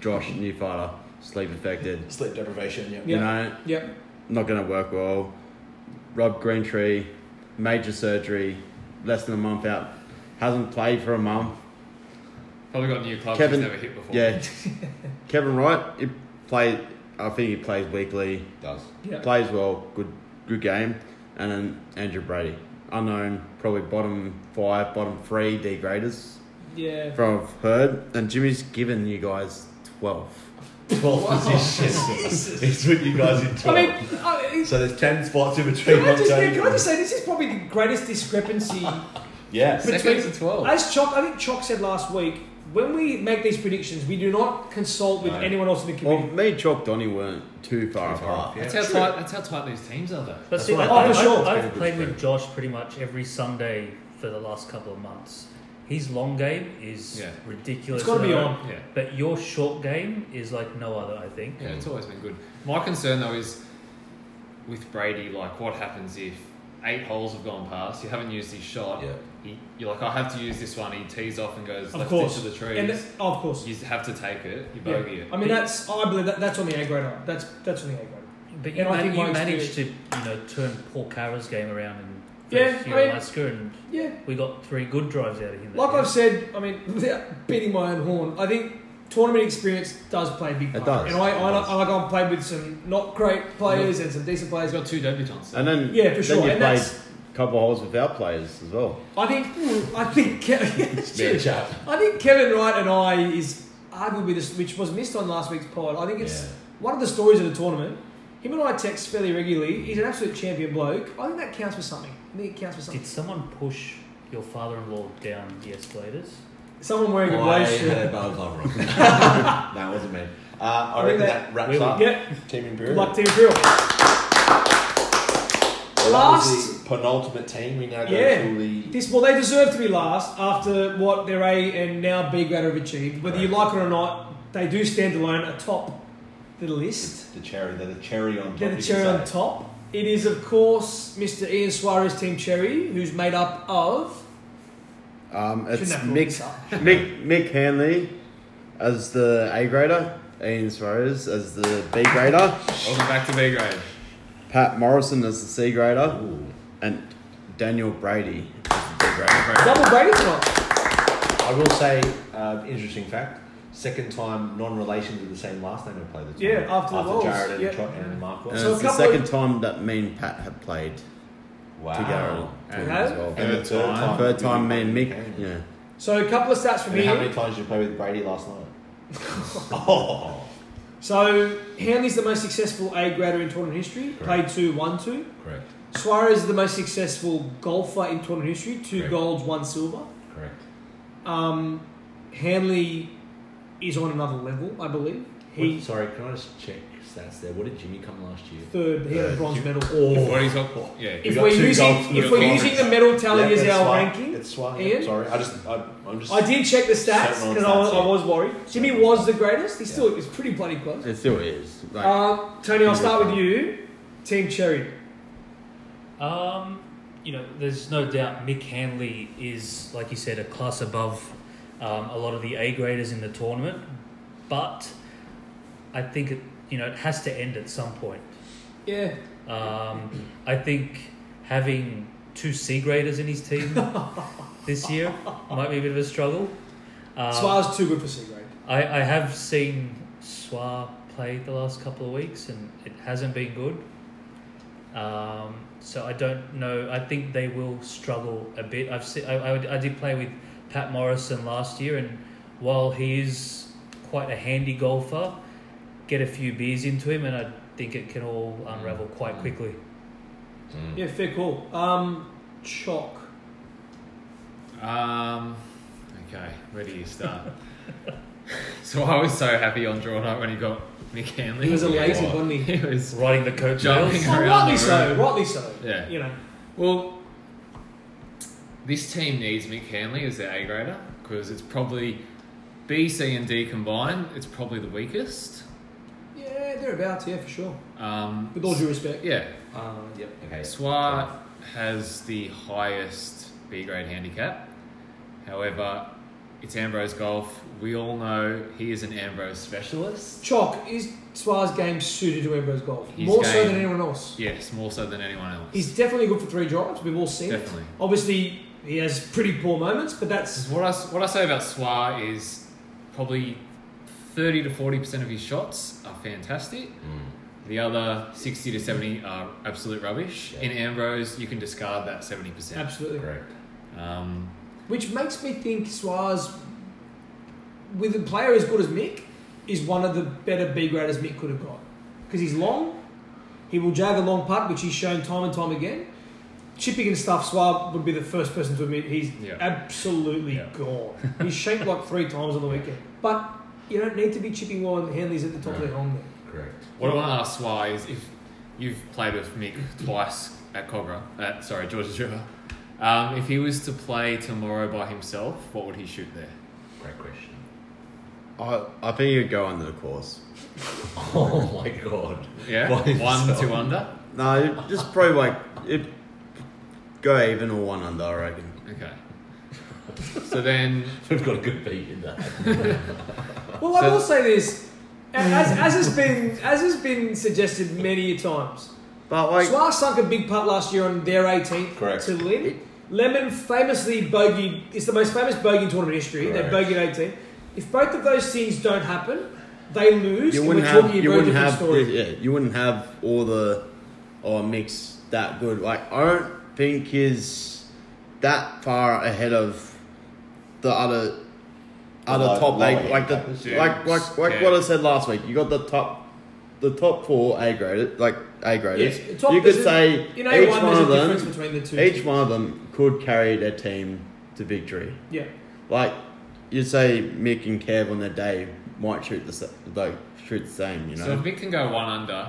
Speaker 6: Josh, new fighter, sleep affected.
Speaker 5: Sleep deprivation, yeah.
Speaker 2: Yeah.
Speaker 6: You know,
Speaker 2: Yep.
Speaker 6: not going to work well. Rob Greentree, major surgery, less than a month out, hasn't played for a month.
Speaker 4: Probably got new clubs
Speaker 6: Kevin-
Speaker 4: he's never hit before.
Speaker 6: Yeah, Kevin Wright, he played. I think he plays weekly,
Speaker 5: Does.
Speaker 2: Yep.
Speaker 6: plays well, good, good game, and then Andrew Brady, unknown, probably bottom five, bottom three degraders
Speaker 2: Yeah.
Speaker 6: from I've heard. And Jimmy's given you guys twelve.
Speaker 5: 12 positions. He's with you guys in 12.
Speaker 2: I mean, I,
Speaker 5: so there's 10 spots in between.
Speaker 2: can, I just,
Speaker 5: October.
Speaker 2: can I just say this is probably the greatest discrepancy
Speaker 5: Yeah.
Speaker 4: Second to twelve.
Speaker 2: As Chalk, I think Chalk said last week, when we make these predictions, we do not consult with
Speaker 5: No.
Speaker 2: anyone else in the
Speaker 6: Well,
Speaker 2: community.
Speaker 6: me and Chalk Donny weren't too far
Speaker 5: Too far
Speaker 6: apart.
Speaker 5: off, yeah.
Speaker 4: That's how tight. That's how tight these teams are, though.
Speaker 3: But see,
Speaker 6: what
Speaker 3: I,
Speaker 2: I thought.
Speaker 3: I,
Speaker 2: Oh, for sure.
Speaker 3: I,
Speaker 6: It's been
Speaker 3: have
Speaker 6: a
Speaker 3: played
Speaker 6: good
Speaker 3: with Josh pretty much every Sunday for the last couple of months. His long game is
Speaker 4: Yeah.
Speaker 3: ridiculous.
Speaker 2: It's gotta be
Speaker 3: and
Speaker 2: on.
Speaker 4: Yeah.
Speaker 3: But your short game is like no other, I think.
Speaker 4: Yeah, it's always been good. My concern though is with Brady, like what happens if eight holes have gone past, you haven't used his shot,
Speaker 5: Yeah.
Speaker 4: he, you're like, I have to use this one, he tees off and goes
Speaker 2: Of
Speaker 4: left
Speaker 2: course.
Speaker 4: into the trees.
Speaker 2: And that- oh, of course.
Speaker 4: you have to take it, you
Speaker 2: Yeah.
Speaker 4: bogey it.
Speaker 2: I mean, that's I believe that, that's on the A grader. That's that's on the A grader.
Speaker 3: But you,
Speaker 2: And I
Speaker 3: man-
Speaker 2: think
Speaker 3: you
Speaker 2: my
Speaker 3: managed to, you know, turn Paul Carra's game around in
Speaker 2: Yeah,
Speaker 3: first
Speaker 2: I
Speaker 3: year
Speaker 2: mean-
Speaker 3: last year, and
Speaker 2: Yeah.
Speaker 3: we got three good drives out of him. that
Speaker 2: Like
Speaker 3: year.
Speaker 2: I've said, I mean, without beating my own horn, I think tournament experience does play a big
Speaker 6: It
Speaker 2: part.
Speaker 6: does.
Speaker 2: And I, I,
Speaker 6: It does.
Speaker 2: I like I've played with some not great players and some decent players.
Speaker 4: He's got two debutants.
Speaker 6: And then
Speaker 2: Yeah, for
Speaker 6: then
Speaker 2: sure,
Speaker 6: you
Speaker 2: and
Speaker 6: played
Speaker 2: that's-
Speaker 6: a couple of holes without players as well.
Speaker 2: I think I think Kev-
Speaker 5: Yeah, chap.
Speaker 2: I think Kevin Wright and I is arguably this, which was missed on last week's pod. I think it's
Speaker 5: Yeah.
Speaker 2: one of the stories of the tournament. Him and I text fairly regularly. He's an absolute champion bloke. I think that counts for something. I think it counts for something.
Speaker 3: Did someone push your father-in-law down the escalators?
Speaker 2: Someone wearing a
Speaker 5: I
Speaker 2: blaze
Speaker 5: had
Speaker 2: shirt.
Speaker 5: a bad love uh, rock. that wasn't me. Uh, I
Speaker 2: I
Speaker 5: reckon
Speaker 2: think
Speaker 5: that, wraps
Speaker 3: we will
Speaker 5: up
Speaker 2: Yeah,
Speaker 5: Team Imperial.
Speaker 2: good luck Team Drill.
Speaker 5: Well, that was
Speaker 2: Last-
Speaker 5: the penultimate team. We now go
Speaker 2: Yeah.
Speaker 5: to the
Speaker 2: This well, they deserve to be last after what their A and now B grade have achieved. Whether you like it or not, they do stand alone atop the list.
Speaker 5: the cherry. They're the cherry on top.
Speaker 2: They're the
Speaker 5: you
Speaker 2: cherry
Speaker 5: could
Speaker 2: on
Speaker 5: say.
Speaker 2: top. It is, of course, Mr. Ian Suarez Team Cherry, who's made up of.
Speaker 6: Um, it's
Speaker 2: Shouldn't have brought
Speaker 6: Mick,
Speaker 2: this up.
Speaker 6: Mick Mick Hanley as the A grader, Ian Suarez as the B grader,
Speaker 4: Welcome back to B grade.
Speaker 6: Pat Morrison as the C grader, and Daniel Brady as the B grader.
Speaker 2: Double Brady tonight.
Speaker 5: I will say, uh, interesting fact. Second time non-relations with the same last name have played the
Speaker 2: Yeah,
Speaker 5: tournament.
Speaker 2: after the Wolves,
Speaker 5: Jared and,
Speaker 2: yeah.
Speaker 5: Trot and Mark.
Speaker 6: And
Speaker 5: Watts.
Speaker 2: So a
Speaker 6: it's the
Speaker 2: couple
Speaker 6: second time that me and Pat have played
Speaker 5: wow.
Speaker 6: together
Speaker 4: And
Speaker 6: as
Speaker 2: how-
Speaker 6: well.
Speaker 5: And the third time.
Speaker 6: Third time me and Mick, yeah.
Speaker 2: So a couple of stats from
Speaker 5: And how
Speaker 2: here.
Speaker 5: many times did you play with Brady last night? oh,
Speaker 2: So Hanley's the most successful A grader in tournament history, played two, one two.
Speaker 5: correct,
Speaker 2: Suarez is the most successful golfer in tournament history, two
Speaker 5: Correct.
Speaker 2: golds, one silver.
Speaker 5: correct.
Speaker 2: Um, Hanley is on another level, I believe.
Speaker 5: What-
Speaker 2: He's
Speaker 5: sorry, can I just check stats there? What did Jimmy come last year?
Speaker 2: third. He had a bronze medal.
Speaker 4: What he's got, yeah.
Speaker 2: If
Speaker 5: got
Speaker 2: we're
Speaker 5: two
Speaker 2: using
Speaker 5: golds,
Speaker 2: if
Speaker 4: got
Speaker 2: we're
Speaker 4: golds.
Speaker 2: using the medal tally
Speaker 5: Yeah,
Speaker 2: as
Speaker 5: it's
Speaker 2: our
Speaker 5: swung.
Speaker 2: ranking,
Speaker 5: It's swung.
Speaker 2: Ian?
Speaker 5: Yeah, sorry, I just, I, I'm just.
Speaker 2: I did check the stats
Speaker 5: Certain on
Speaker 2: because I, was-
Speaker 5: stats, yeah.
Speaker 2: I was worried. Jimmy was the greatest. He still is pretty bloody close.
Speaker 6: It still is. Like,
Speaker 2: Uh, Tony, I'll start with you. Team Cherry.
Speaker 3: Um, you know, there's no doubt Mick Hanley is, like you said, a class above um, a lot of the A graders in the tournament. but I think it, you know, it has to end at some point.
Speaker 2: Yeah.
Speaker 3: Um, I think having two C graders in his team this year might be a bit of a struggle. Um,
Speaker 2: Suarez too good for C grade.
Speaker 3: I, I have seen Swa play the last couple of weeks and it hasn't been good. Um, so I don't know. I think they will struggle a bit. I've seen, I, I, would- I did play with Pat Morrison last year, and while he is quite a handy golfer, get a few beers into him, and I think it can all unravel quite quickly.
Speaker 2: Yeah, fair call. Um, Chalk.
Speaker 4: Um, okay, where do you start? so I was so happy on draw night when he got Nick Hanley.
Speaker 2: He was elated,
Speaker 5: what?
Speaker 2: wasn't he?
Speaker 4: He was.
Speaker 3: Riding the coattails.
Speaker 4: Jumping.
Speaker 2: Well, Oh,
Speaker 4: Around
Speaker 2: rightly
Speaker 4: the
Speaker 2: so,
Speaker 4: room.
Speaker 2: rightly so.
Speaker 4: Yeah.
Speaker 2: You know,
Speaker 4: Well, this team needs Mick Hanley as their A grader because it's probably B, C, and D combined. It's probably the weakest.
Speaker 2: yeah, thereabouts, yeah, for sure.
Speaker 4: Um,
Speaker 2: With all due respect.
Speaker 4: yeah,
Speaker 2: Um, yep.
Speaker 5: Okay.
Speaker 4: Swa has the highest B grade handicap. However, it's Ambrose Golf. We all know he is an Ambrose specialist.
Speaker 2: Chalk, is Suarez's game suited to Ambrose golf?
Speaker 4: His
Speaker 2: More so
Speaker 4: game-
Speaker 2: than anyone else.
Speaker 4: Yes, more so than anyone else.
Speaker 2: He's definitely good for three drives. We've all seen
Speaker 4: Definitely.
Speaker 2: it. Obviously, he has pretty poor moments, but that's
Speaker 4: what I what I say about Swa is probably thirty to forty percent of his shots are fantastic. The other sixty to seventy are absolute rubbish.
Speaker 5: Yeah.
Speaker 4: In Ambrose, you can discard that seventy percent.
Speaker 2: absolutely.
Speaker 5: Correct.
Speaker 4: Um,
Speaker 2: Which makes me think Suarez, with a player as good as Mick, is one of the better B graders Mick could have got. Because he's long, he will jag a long putt, which he's shown time and time again. Chipping and stuff, Suarez would be the first person to admit he's
Speaker 4: Yeah.
Speaker 2: absolutely
Speaker 3: Yeah.
Speaker 2: gone. He's shanked like three times on the weekend. But you don't need to be chipping while Henley's at the top of their home there.
Speaker 5: Correct.
Speaker 4: What I want to ask Sly is if you've played with Mick twice at Cogra, at, sorry, George's River, um, if he was to play tomorrow by himself, what would he shoot there?
Speaker 5: Great question.
Speaker 6: I, I think he'd go under the course.
Speaker 5: Oh my god.
Speaker 4: Yeah?
Speaker 5: By
Speaker 4: One,
Speaker 5: himself.
Speaker 4: two under?
Speaker 6: No, it'd just probably like it go even or one under, I reckon.
Speaker 4: Okay. so then,
Speaker 5: We've got a good beat in that.
Speaker 2: Well, I
Speaker 4: So-
Speaker 2: will say this. a- As, as, has been, as has been suggested many a times,
Speaker 6: But like
Speaker 2: Suarez sunk a big putt last year on their 18th
Speaker 5: Correct.
Speaker 2: to Lynn. Lemon famously bogeyed, it's the most famous bogey in tournament history.
Speaker 5: Correct.
Speaker 2: They bogeyed 18. If both of those things don't happen, they lose.
Speaker 6: you
Speaker 2: and
Speaker 6: wouldn't
Speaker 2: we're
Speaker 6: have
Speaker 2: talking
Speaker 6: you
Speaker 2: a very
Speaker 6: wouldn't
Speaker 2: different
Speaker 6: have
Speaker 2: story.
Speaker 6: yeah, you wouldn't have all the or mix that good. Like I don't think he's that far ahead of the other other
Speaker 5: low-
Speaker 6: top
Speaker 5: lower
Speaker 6: eight like the
Speaker 5: handicappers.
Speaker 4: Yeah.
Speaker 6: like like like
Speaker 4: Yeah.
Speaker 6: what I said last week. You got the top the top four A graded like A graders.
Speaker 2: Yes, the top-
Speaker 6: you could
Speaker 2: there's a-
Speaker 6: say
Speaker 2: in A1
Speaker 6: each one
Speaker 2: there's
Speaker 6: of
Speaker 2: a difference
Speaker 6: them
Speaker 2: between the two.
Speaker 6: each one of them could carry their team to victory.
Speaker 2: Yeah.
Speaker 6: Like you say, Mick and Kev on their day might shoot the sa- like shoot the same. You know.
Speaker 4: so if Mick can go one under,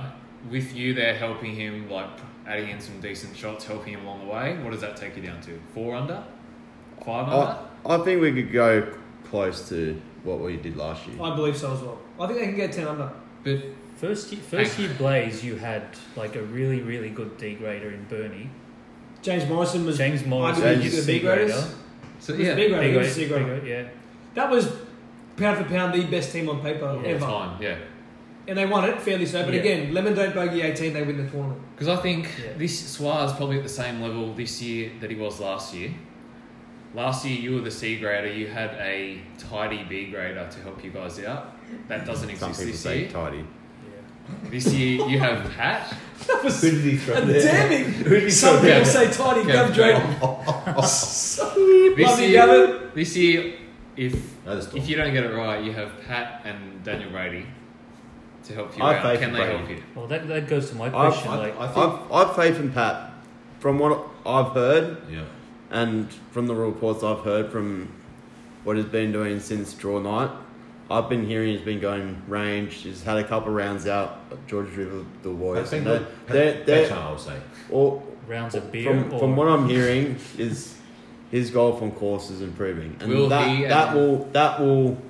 Speaker 4: with you there helping him, like adding in some decent shots, helping him along the way, what does that take you down to? Four under? Five under?
Speaker 6: I, I think we could go close to what we did last year.
Speaker 2: I believe so as well. I think they can get 10 under.
Speaker 4: But
Speaker 3: First year, first year Blaze, you had like a really, really good D grader in Bernie.
Speaker 2: James Morrison was
Speaker 3: James Morrison.
Speaker 2: arguably
Speaker 6: James
Speaker 2: the B
Speaker 3: C grader.
Speaker 2: graders.
Speaker 4: So
Speaker 2: He was
Speaker 4: yeah,
Speaker 2: a big grader,
Speaker 3: B
Speaker 2: he was
Speaker 3: grade,
Speaker 2: a C
Speaker 3: B
Speaker 2: grader.
Speaker 3: grade, yeah.
Speaker 2: That was pound for pound the best team on paper
Speaker 4: all
Speaker 2: ever.
Speaker 4: time, yeah.
Speaker 2: And they won it fairly so. But
Speaker 3: Yeah.
Speaker 2: again, Lemon don't bogey 18, they win the tournament.
Speaker 4: Because I think
Speaker 3: Yeah.
Speaker 4: this Suarez probably at the same level this year that he was last year. Last year you were the C grader, you had a tidy B grader to help you guys out. That doesn't
Speaker 6: Some
Speaker 4: exist
Speaker 6: people
Speaker 4: this
Speaker 6: say
Speaker 4: year.
Speaker 6: tidy.
Speaker 4: This year you have Pat.
Speaker 2: That was
Speaker 5: Who did he throw there?
Speaker 2: damning.
Speaker 5: Who did he
Speaker 2: Some
Speaker 5: throw
Speaker 2: people
Speaker 5: there?
Speaker 2: say tidy
Speaker 4: Yeah.
Speaker 2: Gov Drake.
Speaker 4: This
Speaker 2: Love you, Gavin.
Speaker 4: year, this year, if
Speaker 5: No, that's
Speaker 4: if you don't get it right, you have Pat and Daniel Brady to help you
Speaker 6: I
Speaker 4: out.
Speaker 6: faith
Speaker 4: Can
Speaker 6: in
Speaker 4: they
Speaker 6: Brady.
Speaker 4: help you?
Speaker 3: Well, that, that goes to my
Speaker 6: I've-
Speaker 3: question. like,
Speaker 5: I think.
Speaker 6: I've, I've faith in Pat. From what I've heard
Speaker 5: Yeah.
Speaker 6: and from the reports I've heard from what he's been doing since draw night, I've been hearing he's been going range. He's had a couple rounds out at George River, the
Speaker 5: I
Speaker 6: Warriors.
Speaker 5: think
Speaker 6: and
Speaker 5: that,
Speaker 6: they're, they're,
Speaker 5: that's
Speaker 6: they're,
Speaker 5: how I would say.
Speaker 6: all,
Speaker 3: rounds of beer
Speaker 6: from,
Speaker 3: or
Speaker 6: from what I'm hearing is his golf on course is improving, and
Speaker 4: Will
Speaker 6: that
Speaker 4: he,
Speaker 6: that
Speaker 4: um,
Speaker 6: will that will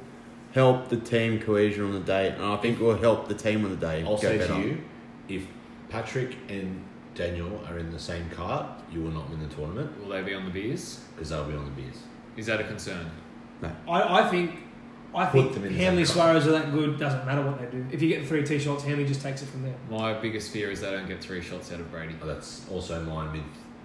Speaker 6: help the team cohesion on the day, and I think will help the team on the day.
Speaker 5: I'll
Speaker 6: go
Speaker 5: say
Speaker 6: better.
Speaker 5: to you, if Patrick and Daniel are in the same cart, you will not win the tournament
Speaker 4: Will they be on the beers?
Speaker 5: because they'll be on the beers.
Speaker 4: Is that a concern?
Speaker 2: I, I think I
Speaker 5: Put
Speaker 2: think
Speaker 5: them in the
Speaker 2: Hanley
Speaker 5: same
Speaker 2: Suarez are that good. Doesn't matter what they do. If you get three t-shirts, Hanley just takes it from there.
Speaker 4: My biggest fear is they don't get three shots out of Brady.
Speaker 5: Oh, that's also mine. Mid.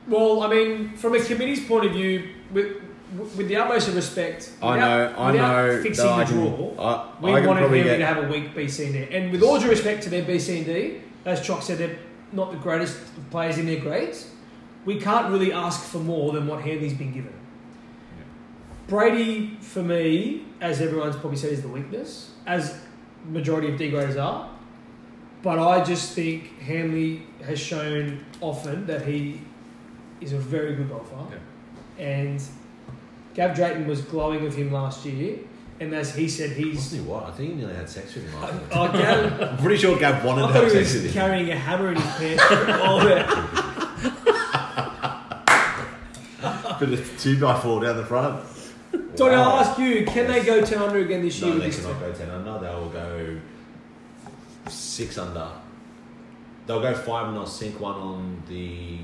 Speaker 2: Well, I mean, from a committee's point of view, with with the utmost of respect,
Speaker 6: I know, I
Speaker 2: without
Speaker 6: know.
Speaker 2: fixing
Speaker 6: that I
Speaker 2: the
Speaker 6: can-
Speaker 2: draw.
Speaker 6: I,
Speaker 2: We
Speaker 6: I can
Speaker 2: wanted
Speaker 6: probably
Speaker 2: Hanley
Speaker 6: get
Speaker 2: to have a weak BC and D. And with all due respect to their BC and D, as Chalk said, they're not the greatest players in their grades. We can't really ask for more than what Hanley's been given.
Speaker 4: Yeah.
Speaker 2: Brady, for me, as everyone's probably said, is the weakness, as majority of D graders are. But I just think Hanley has shown often that he is a very good golfer. And Gab Drayton was glowing with him last year. And as he said, he's
Speaker 5: Honestly, what? I think he nearly had sex with him. after that.
Speaker 2: Oh, Gav,
Speaker 5: I'm pretty sure Gav wanted
Speaker 2: I
Speaker 5: to
Speaker 2: thought
Speaker 5: have
Speaker 2: he
Speaker 5: sex
Speaker 2: was
Speaker 5: with him.
Speaker 2: carrying a hammer in his pants. oh, yeah.
Speaker 5: But it's two by four down the front.
Speaker 2: Tony,
Speaker 5: Wow.
Speaker 2: I'll ask you, can they go 10 under again this year
Speaker 5: No,
Speaker 2: with
Speaker 5: they
Speaker 2: this
Speaker 5: cannot
Speaker 2: team?
Speaker 5: go ten under. They will go six under. They'll go five, and they'll sink one on the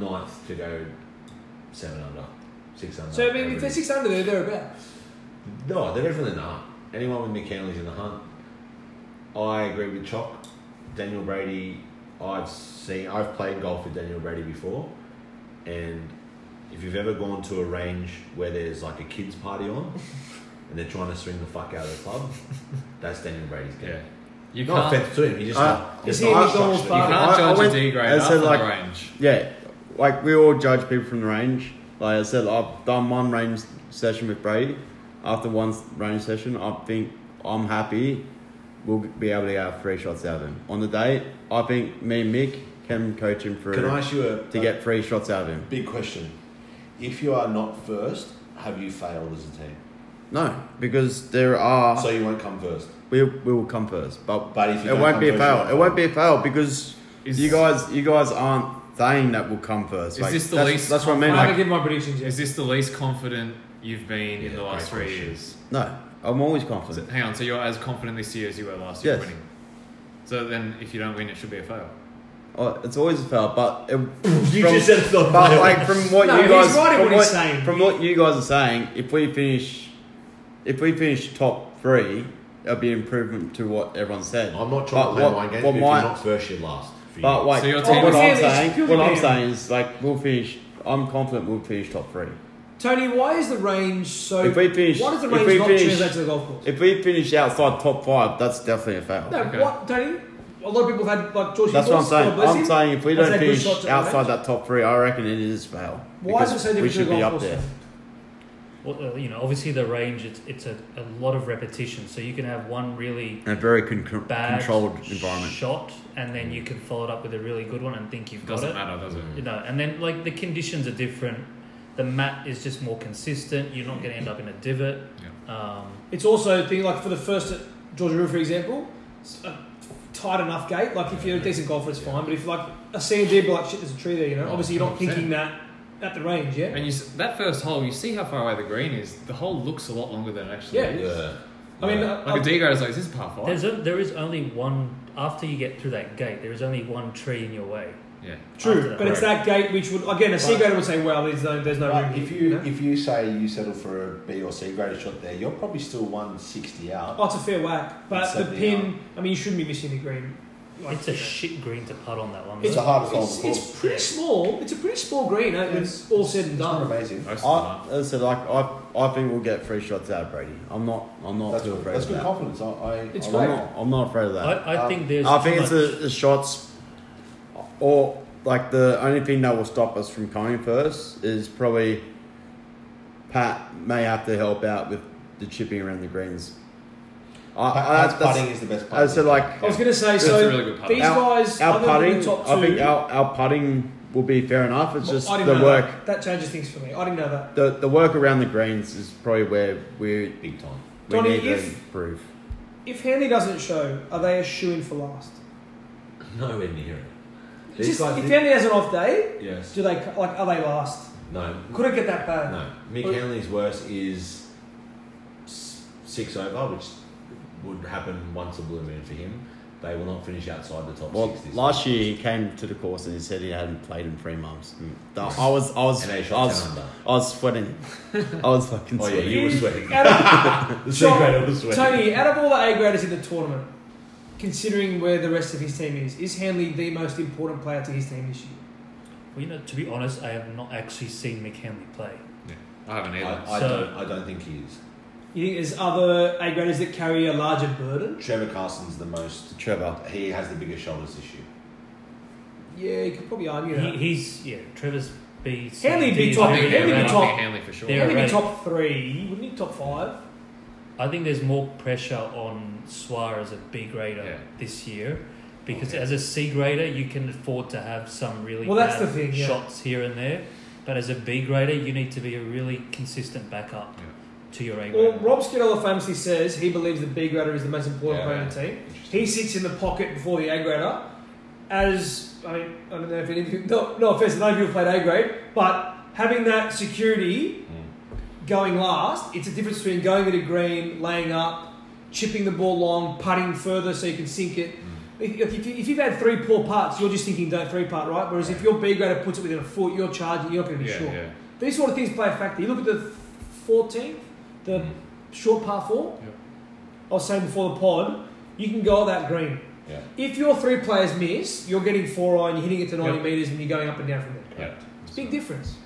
Speaker 5: ninth to go seven under, six under.
Speaker 2: So, I mean,
Speaker 5: whatever
Speaker 2: if
Speaker 5: it
Speaker 2: they're
Speaker 5: is.
Speaker 2: 6 under, they're thereabouts.
Speaker 5: No, they're definitely not. Anyone with McKinley's in the hunt. I agree with Chalk. Daniel Brady, I've seen, I've played golf with Daniel Brady before, and if you've ever gone to a range where there's like a kids party on, and they're trying to swing the fuck out of the club, that's Daniel Brady's game.
Speaker 4: Yeah. You
Speaker 5: No
Speaker 4: can't,
Speaker 5: offense to him, he just
Speaker 6: Uh,
Speaker 5: not-
Speaker 2: is
Speaker 5: just
Speaker 2: he a
Speaker 5: not
Speaker 2: McDonald's
Speaker 6: bar?
Speaker 5: structured.
Speaker 4: you
Speaker 5: You
Speaker 4: can't
Speaker 6: I- I
Speaker 4: judge
Speaker 6: went-
Speaker 4: a D grade
Speaker 6: as I
Speaker 4: after
Speaker 6: said, like-
Speaker 4: the range.
Speaker 6: yeah, like we all judge people from the range. Like I said, I've done one range session with Brady. After one s- range session, I think I'm happy. We'll be able to get our three shots out of him on the day. I think me and Mick can coach him for
Speaker 5: can't- Can I ask you a
Speaker 6: to get three shots out of him.
Speaker 5: big question? If you are not first, have you failed as a team?
Speaker 6: No, because there are
Speaker 5: So you won't come first.
Speaker 6: we we will come first, but,
Speaker 5: But if you
Speaker 6: Uh. it
Speaker 5: don't
Speaker 6: won't
Speaker 5: come
Speaker 6: be a
Speaker 5: first, you
Speaker 6: fail.
Speaker 5: won't
Speaker 6: It won't be
Speaker 5: fail.
Speaker 6: a fail because you guys you guys aren't saying that we'll come first.
Speaker 4: Is this the
Speaker 6: that's,
Speaker 4: least
Speaker 6: That's what I mean.
Speaker 2: I'm going to
Speaker 6: Like,
Speaker 2: give my predictions,
Speaker 4: Is
Speaker 2: yes.
Speaker 4: this the least confident you've been in
Speaker 5: Yeah,
Speaker 4: the last
Speaker 5: great
Speaker 4: three
Speaker 5: question.
Speaker 4: years?
Speaker 6: no, I'm always
Speaker 4: So-
Speaker 6: confident.
Speaker 4: hang on, so you're as confident this year as you were last year
Speaker 6: Yes.
Speaker 4: winning. So then, if you don't win, it should be a fail.
Speaker 6: Oh, it's always a fail, but it,
Speaker 5: You
Speaker 6: from-
Speaker 5: just said it's not
Speaker 6: But
Speaker 5: fail.
Speaker 6: like from what
Speaker 2: No,
Speaker 6: you
Speaker 2: he's
Speaker 6: guys
Speaker 2: right in
Speaker 6: from
Speaker 2: what he's saying.
Speaker 6: from what you guys are saying, if we finish if we finish top three, it'll be improvement to what everyone said.
Speaker 5: I'm not trying
Speaker 6: But
Speaker 5: to play
Speaker 6: what-
Speaker 5: mind games,
Speaker 6: what
Speaker 5: but if
Speaker 6: my-
Speaker 5: you're not first, you're last. for
Speaker 6: But
Speaker 5: you.
Speaker 6: like,
Speaker 4: So your
Speaker 6: what
Speaker 4: team-
Speaker 6: I'm
Speaker 2: Purely
Speaker 6: saying, what I'm
Speaker 2: purely-
Speaker 6: saying is like we'll finish. I'm confident we'll finish top three.
Speaker 2: Tony, why is the range so...
Speaker 6: If we finish-
Speaker 2: why does the
Speaker 6: if
Speaker 2: range
Speaker 6: we
Speaker 2: not
Speaker 6: finish-
Speaker 2: translate to the golf course?
Speaker 6: If we finish outside top five, that's definitely a foul.
Speaker 2: no,
Speaker 4: Okay.
Speaker 2: what, Tony? A lot of people have had, like, George
Speaker 6: that's what I'm
Speaker 2: Higgins, God
Speaker 6: saying.
Speaker 2: bless
Speaker 6: I'm
Speaker 2: him,
Speaker 6: saying if we
Speaker 2: has
Speaker 6: don't
Speaker 2: had good
Speaker 6: finish
Speaker 2: shots at the
Speaker 6: outside
Speaker 2: range.
Speaker 6: that top three, I reckon it is a foul.
Speaker 2: Why is
Speaker 6: Because
Speaker 2: it so
Speaker 6: We
Speaker 2: different to
Speaker 6: should
Speaker 2: the
Speaker 6: be
Speaker 2: golf
Speaker 6: up
Speaker 2: course?
Speaker 6: there.
Speaker 3: Well, uh, you know, obviously the range it's, it's a, a lot of repetition, so you can have one really
Speaker 6: In a very con- con-
Speaker 3: bad
Speaker 6: controlled environment.
Speaker 3: shot, and then you can follow it up with a really good one and think you've
Speaker 4: It
Speaker 3: got
Speaker 4: doesn't
Speaker 3: it. Mm.
Speaker 4: matter, does it?
Speaker 3: You know, and then like the conditions are different. The mat is just more consistent. You're not going to end up in a divot. Um,
Speaker 2: It's also a thing like for the first at Georgia River, for example, it's a tight enough gate. Like if you're a decent golfer, it's fine. But if like a sandy, be like shit, there's a tree there. You know,
Speaker 4: Oh,
Speaker 2: obviously you're not
Speaker 4: 100%.
Speaker 2: thinking that at the range, yeah.
Speaker 4: And you, s- that first hole, you see how far away the green is. The hole looks a lot longer than it actually
Speaker 2: Yeah.
Speaker 4: is.
Speaker 5: Yeah.
Speaker 2: I mean, uh,
Speaker 4: Like a D grade is like, is this a par
Speaker 3: there's
Speaker 4: five?
Speaker 3: a, there is only one after you get through that gate. There is only one tree in your way.
Speaker 4: Yeah.
Speaker 2: true,
Speaker 3: after
Speaker 2: but it's that gate which would again a C grader would say, well, there's no, there's no room.
Speaker 5: Like if
Speaker 2: here,
Speaker 5: you
Speaker 2: know?
Speaker 5: if you say you settle for a B or C graded shot there, you're probably still one sixty out.
Speaker 2: oh, it's a fair whack, but
Speaker 5: It's
Speaker 2: the
Speaker 5: something
Speaker 2: pin. I mean, you shouldn't be missing the green. Like,
Speaker 3: It's a
Speaker 2: you know.
Speaker 3: shit green to putt on that one.
Speaker 5: It's
Speaker 3: though.
Speaker 5: the hardest hole.
Speaker 2: It's,
Speaker 5: on the course.
Speaker 2: it's pretty small. It's a pretty small green. eh, when it's all said and
Speaker 5: It's not
Speaker 2: done.
Speaker 5: amazing.
Speaker 4: Most of
Speaker 6: I, as I said, like I, I think we'll get three shots out of Brady. I'm not, I'm not
Speaker 5: That's
Speaker 6: too
Speaker 5: good.
Speaker 6: afraid
Speaker 5: That's
Speaker 6: of
Speaker 5: good
Speaker 6: that.
Speaker 5: confidence. I, I
Speaker 2: It's
Speaker 5: I
Speaker 2: great.
Speaker 6: I'm
Speaker 5: like
Speaker 6: not, I'm not afraid of that.
Speaker 3: I, I
Speaker 5: Um,
Speaker 3: think there's.
Speaker 6: I think
Speaker 3: too
Speaker 6: it's
Speaker 3: much-
Speaker 6: the, the shots, or like the only thing that will stop us from coming first is probably Pat may have to help out with the chipping around the greens. I,
Speaker 5: Pat-
Speaker 6: I,
Speaker 5: Pat's
Speaker 6: that's,
Speaker 5: putting is the best part.
Speaker 6: I said like
Speaker 2: I was going to say,
Speaker 4: That's
Speaker 2: so
Speaker 4: a really good putt.
Speaker 2: these
Speaker 6: Our-
Speaker 2: guys,
Speaker 6: our
Speaker 2: other than
Speaker 6: putting.
Speaker 2: the top two,
Speaker 6: I think our, our putting will be fair enough. It's just
Speaker 2: I
Speaker 6: the
Speaker 2: didn't know
Speaker 6: work.
Speaker 2: That. that changes things for me. I didn't know that.
Speaker 6: The, the work around the greens is probably where we,
Speaker 5: big time.
Speaker 6: we
Speaker 2: Donny,
Speaker 6: need to
Speaker 2: if-
Speaker 6: improve.
Speaker 2: If Hanley doesn't show, are they a shoe in for last?
Speaker 5: Nowhere near it. These
Speaker 2: Just,
Speaker 5: guys
Speaker 2: if
Speaker 5: did-
Speaker 2: Hanley has an off day,
Speaker 5: Yes.
Speaker 2: do they like are they last?
Speaker 5: No.
Speaker 2: Could it get that bad?
Speaker 5: No. Mick Hanley's worst is s- six over, which would happen once a blue moon for him. They will not finish outside the top
Speaker 6: Well,
Speaker 5: six this
Speaker 6: last year he came to the course and he said he hadn't played in three months. I was, I was,
Speaker 5: And
Speaker 6: I
Speaker 5: they shot
Speaker 6: was,
Speaker 5: 10 under.
Speaker 6: I was sweating. I was fucking
Speaker 5: Oh, yeah,
Speaker 6: sweating.
Speaker 5: you were sweating.
Speaker 2: Out of-
Speaker 5: The
Speaker 2: Sure.
Speaker 5: secret was sweating.
Speaker 2: Tony, out of all the A graders in the tournament, considering where the rest of his team is, is Hanley the most important player to his team this year?
Speaker 3: Well, you know, to be honest, I have not actually seen McHenley play.
Speaker 4: I haven't
Speaker 5: I,
Speaker 4: either.
Speaker 5: I,
Speaker 3: So-
Speaker 5: don't, I don't think he is.
Speaker 2: You think there's other A graders that carry a larger burden?
Speaker 5: Trevor Carson's the most.
Speaker 6: Trevor.
Speaker 5: He has the biggest shoulders this year.
Speaker 2: Yeah, you could probably argue
Speaker 3: He,
Speaker 2: that.
Speaker 3: he's yeah, Trevor's B. C,
Speaker 2: Hanley'd be
Speaker 3: D,
Speaker 2: top-
Speaker 3: very,
Speaker 2: Hanley'd
Speaker 3: very
Speaker 2: be
Speaker 3: well.
Speaker 2: top-
Speaker 4: Hanley for sure.
Speaker 3: Yeah,
Speaker 2: Maybe
Speaker 3: right.
Speaker 2: top three, wouldn't he? Top five?
Speaker 3: I think there's more pressure on Suarez as a B grader
Speaker 4: Yeah.
Speaker 3: this year because as a C grader you can afford to have some really
Speaker 2: Well, that's
Speaker 3: bad
Speaker 2: the thing, yeah.
Speaker 3: shots here and there, but as a B grader you need to be a really consistent backup
Speaker 4: Yeah.
Speaker 3: to your A grader.
Speaker 2: Well, Rob Scudella famously says he believes the B grader is the most important player on the team.
Speaker 5: Interesting.
Speaker 2: He sits in the pocket before the A grader. As I mean, I don't know if any of you, no, no offense, none of you have played A grade, but having that security
Speaker 4: Hmm.
Speaker 2: going last, it's a difference between going at a green, laying up, chipping the ball long, putting further so you can sink it.
Speaker 4: Hmm.
Speaker 2: If, if, if, you, if you've had three poor parts, you're just thinking don't three part, right? Whereas if your B grader puts it within a foot, you're charging, you're not going to be
Speaker 4: Yeah,
Speaker 2: sure.
Speaker 4: yeah.
Speaker 2: These sort of things play a factor. You look at the 14th, the short par four.
Speaker 4: Yeah.
Speaker 2: I was saying before the pod, you can go that green.
Speaker 5: Yeah.
Speaker 2: If your three players miss, you're getting four on, you're hitting it to 90
Speaker 4: Yeah.
Speaker 2: metres, and you're going up and down from there.
Speaker 4: Yeah.
Speaker 2: It's a big difference.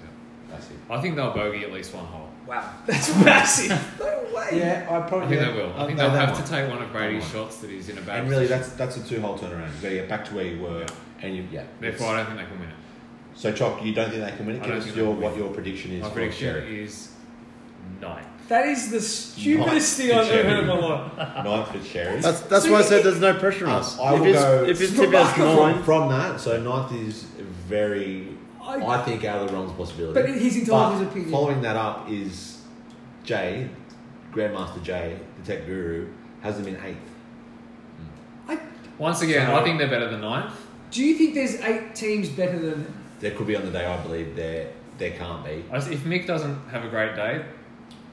Speaker 5: That's it.
Speaker 4: I think they'll bogey at least one hole.
Speaker 2: Wow. That's massive. no way.
Speaker 5: Oh, Yeah, I
Speaker 4: I
Speaker 5: probably
Speaker 4: think they will. I think they'll have to take one of Brady's shots that he's in a bad
Speaker 5: And really,
Speaker 4: position.
Speaker 5: that's that's a two-hole turnaround. You've got to get back to where you were, and you yeah.
Speaker 4: Therefore, I don't think they can win it.
Speaker 5: So, Chalk, you don't think they can win
Speaker 4: I
Speaker 5: it?
Speaker 4: don't
Speaker 5: Give us
Speaker 4: think
Speaker 5: your
Speaker 4: they
Speaker 5: what
Speaker 4: will.
Speaker 5: your prediction is.
Speaker 4: My
Speaker 5: for
Speaker 4: prediction
Speaker 5: Sherry.
Speaker 4: is nine.
Speaker 2: That is the stupidest
Speaker 5: Nice.
Speaker 2: thing I've
Speaker 5: Good
Speaker 2: ever heard in my
Speaker 5: job.
Speaker 2: life.
Speaker 5: Ninth for Sherry.
Speaker 6: That's that's why I said there's no pressure on us.
Speaker 5: Uh, I
Speaker 6: if
Speaker 5: will
Speaker 6: it's,
Speaker 5: go-
Speaker 6: if it's
Speaker 2: It's
Speaker 6: tip as
Speaker 2: remarkable.
Speaker 6: nine,
Speaker 5: from, from that, so ninth is very,
Speaker 2: I-
Speaker 5: I, think, out of the realms of possibility.
Speaker 2: But he's
Speaker 5: But
Speaker 2: entitled to his opinion.
Speaker 5: following that up is Jay, Grandmaster Jay, the tech guru, has them in eighth.
Speaker 4: Once again,
Speaker 5: So-
Speaker 4: I think they're better than ninth.
Speaker 2: Do you think there's eight teams better than them?
Speaker 5: There could be on the day I believe there there can't be.
Speaker 4: I s- If Mick doesn't have a great day,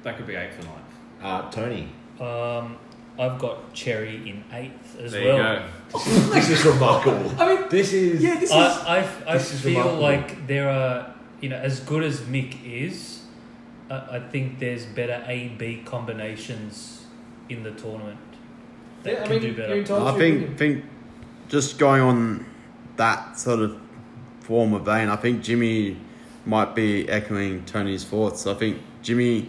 Speaker 4: that could be eighth or ninth.
Speaker 5: Uh, Tony,
Speaker 3: Um, I've got Cherry in eighth as
Speaker 4: there
Speaker 3: well.
Speaker 4: you go.
Speaker 5: this is remarkable.
Speaker 2: I mean,
Speaker 5: This is
Speaker 2: yeah, this is.
Speaker 3: I, I, I
Speaker 5: this is
Speaker 3: feel
Speaker 5: remarkable.
Speaker 3: like there are, you know, as good as Mick is, I, I think there's better A B combinations in the tournament that
Speaker 2: yeah, I
Speaker 3: can
Speaker 2: mean,
Speaker 3: do
Speaker 2: you're
Speaker 3: better.
Speaker 2: entitled
Speaker 6: I
Speaker 2: to your
Speaker 6: think
Speaker 2: opinion.
Speaker 6: think just going on that sort of form of vein, I think Jimmy might be echoing Tony's thoughts. I think Jimmy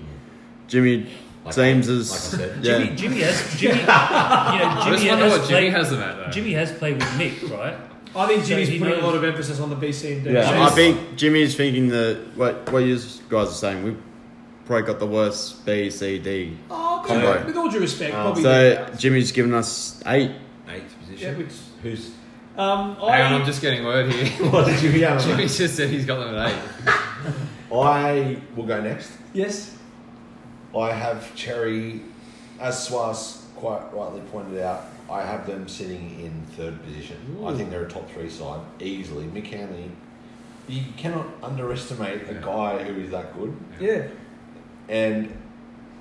Speaker 6: Jimmy
Speaker 5: Like-
Speaker 6: seems
Speaker 5: like I
Speaker 6: as
Speaker 5: said.
Speaker 6: yeah.
Speaker 3: Jimmy, Jimmy has Jimmy, you know,
Speaker 4: I
Speaker 3: Jimmy
Speaker 4: just
Speaker 3: has,
Speaker 4: wonder what
Speaker 3: played,
Speaker 4: Jimmy has them at though.
Speaker 3: Jimmy has played with Mick, right?
Speaker 2: I think
Speaker 3: So
Speaker 2: Jimmy's
Speaker 3: he
Speaker 2: putting a
Speaker 3: knows-
Speaker 2: lot of emphasis on the BC and D.
Speaker 6: Yeah,
Speaker 2: So
Speaker 6: I think Jimmy's thinking that what what you guys are saying. We have probably got the worst B C D.
Speaker 2: Oh,
Speaker 6: Combo.
Speaker 2: good. with all due respect,
Speaker 5: Um,
Speaker 2: probably.
Speaker 6: So Jimmy's given us eight.
Speaker 5: eighth position.
Speaker 2: yeah, which,
Speaker 5: Who's
Speaker 2: um,
Speaker 4: Hang on,
Speaker 2: I,
Speaker 4: I'm just getting word here.
Speaker 5: what did you get?
Speaker 4: Jimmy just said he's got them at eight.
Speaker 5: I will go next.
Speaker 2: yes,
Speaker 5: I have Cherry, as Swaz quite rightly pointed out, I have them sitting in third position. I think they're a top three side easily. Mick Hanley, you cannot underestimate a
Speaker 4: Yeah.
Speaker 5: guy who is that good.
Speaker 2: yeah.
Speaker 5: And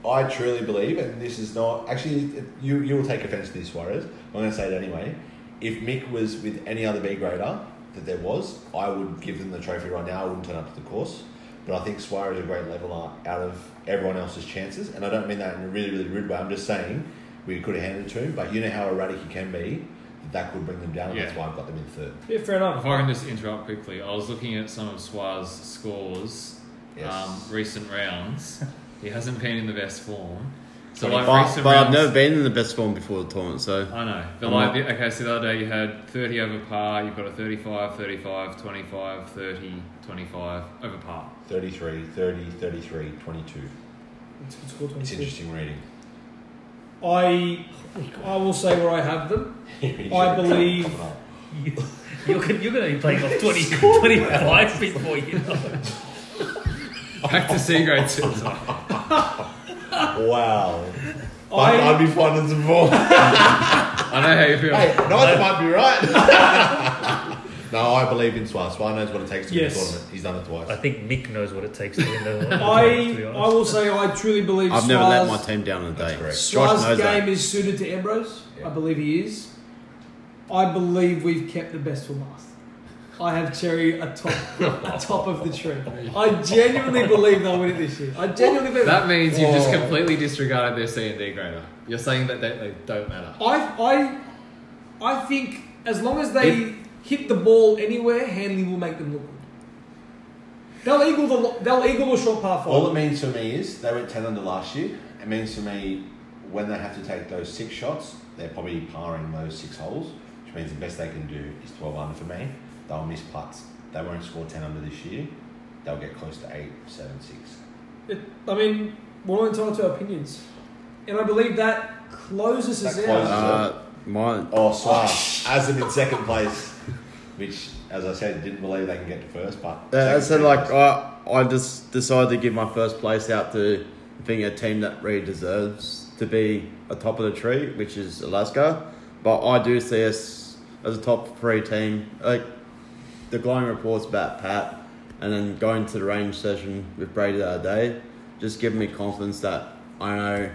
Speaker 5: I truly believe, and this is not actually, it- you you will take offence to this, Suarez. I'm going to say it anyway. If Mick was with any other B grader that there was, I would give them the trophy right now. I wouldn't turn up to the course, but I think Suarez is a great leveler out of everyone else's chances. And I don't mean that in a really really rude way. I'm just saying we could have handed it to him, but you know how erratic he can be. That, that could bring them down. and That's
Speaker 4: Yeah.
Speaker 5: why I've got them in third.
Speaker 2: Yeah, fair
Speaker 4: If
Speaker 2: enough.
Speaker 4: I can just interrupt quickly, I was looking at some of Suarez's scores,
Speaker 5: Yes.
Speaker 4: um, recent rounds. He hasn't been in the best form. So like
Speaker 6: But,
Speaker 4: recent
Speaker 6: but I've
Speaker 4: rounds,
Speaker 6: never been in the best form before the tournament, so
Speaker 4: I know. But
Speaker 6: I'm
Speaker 4: like, the, okay, so the other day you had 30 over par, you've got a 35, 35, 25, 30, 25 over par.
Speaker 5: 33, 30, 33, 22.
Speaker 2: It's, it's called
Speaker 5: It's
Speaker 2: 22.
Speaker 5: interesting reading.
Speaker 2: I, I will say where I have them. I believe-
Speaker 5: Coming up.
Speaker 3: You, you're, gonna- you're going to be playing off 20, 25 before you know. it.
Speaker 4: Back to C grade two.
Speaker 5: Wow.
Speaker 2: I,
Speaker 5: I'd be finding some more. hey,
Speaker 4: I know how you feel.
Speaker 5: Knight might be right. no, I believe in Swaz. Swaz knows what it takes to
Speaker 2: Yes.
Speaker 5: win a tournament. He's done it
Speaker 3: I
Speaker 5: twice.
Speaker 3: think Mick knows what it takes to win the.
Speaker 2: I, I will say I truly believe
Speaker 6: I've never let
Speaker 2: Suarez-
Speaker 6: my team down in a day.
Speaker 5: correct.
Speaker 6: Josh
Speaker 2: Suarez's
Speaker 6: knows that.
Speaker 2: game is suited to Ambrose.
Speaker 5: Yeah.
Speaker 2: I believe he is. I believe we've kept the best till last. I have Cherry atop, atop of the tree. I genuinely believe they'll win it this year. I genuinely believe
Speaker 4: That means you've just
Speaker 2: Oh.
Speaker 4: completely disregarded their C and D grader. You're saying that they, they don't matter.
Speaker 2: I, I, I think as long as they hit the ball anywhere, Hanley will make them look good. They'll eagle the lo- they'll eagle the short par five.
Speaker 5: All it means for me is they went 10 under last year. It means for me when they have to take those six shots, they're probably parring those six holes, which means the best they can do is 12 under for me. They'll miss putts. They won't score 10 under this year. They'll get close to 8, 7, 6.
Speaker 2: It- I mean, we're all entitled to our opinions, and I believe that closes us
Speaker 5: That
Speaker 2: out.
Speaker 5: closes-
Speaker 6: Uh, my
Speaker 5: Oh, Swar, as in in second place, which, as I said, didn't believe they can get to first, but.
Speaker 6: Uh,
Speaker 5: second
Speaker 6: so
Speaker 5: place.
Speaker 6: like I, I just decided to give my first place out to being a team that really deserves to be a top of the tree, which is Alaska. But I do see us as a top three team. Like the glowing reports about Pat, and then going to the range session with Brady the other day, just giving me confidence that I know.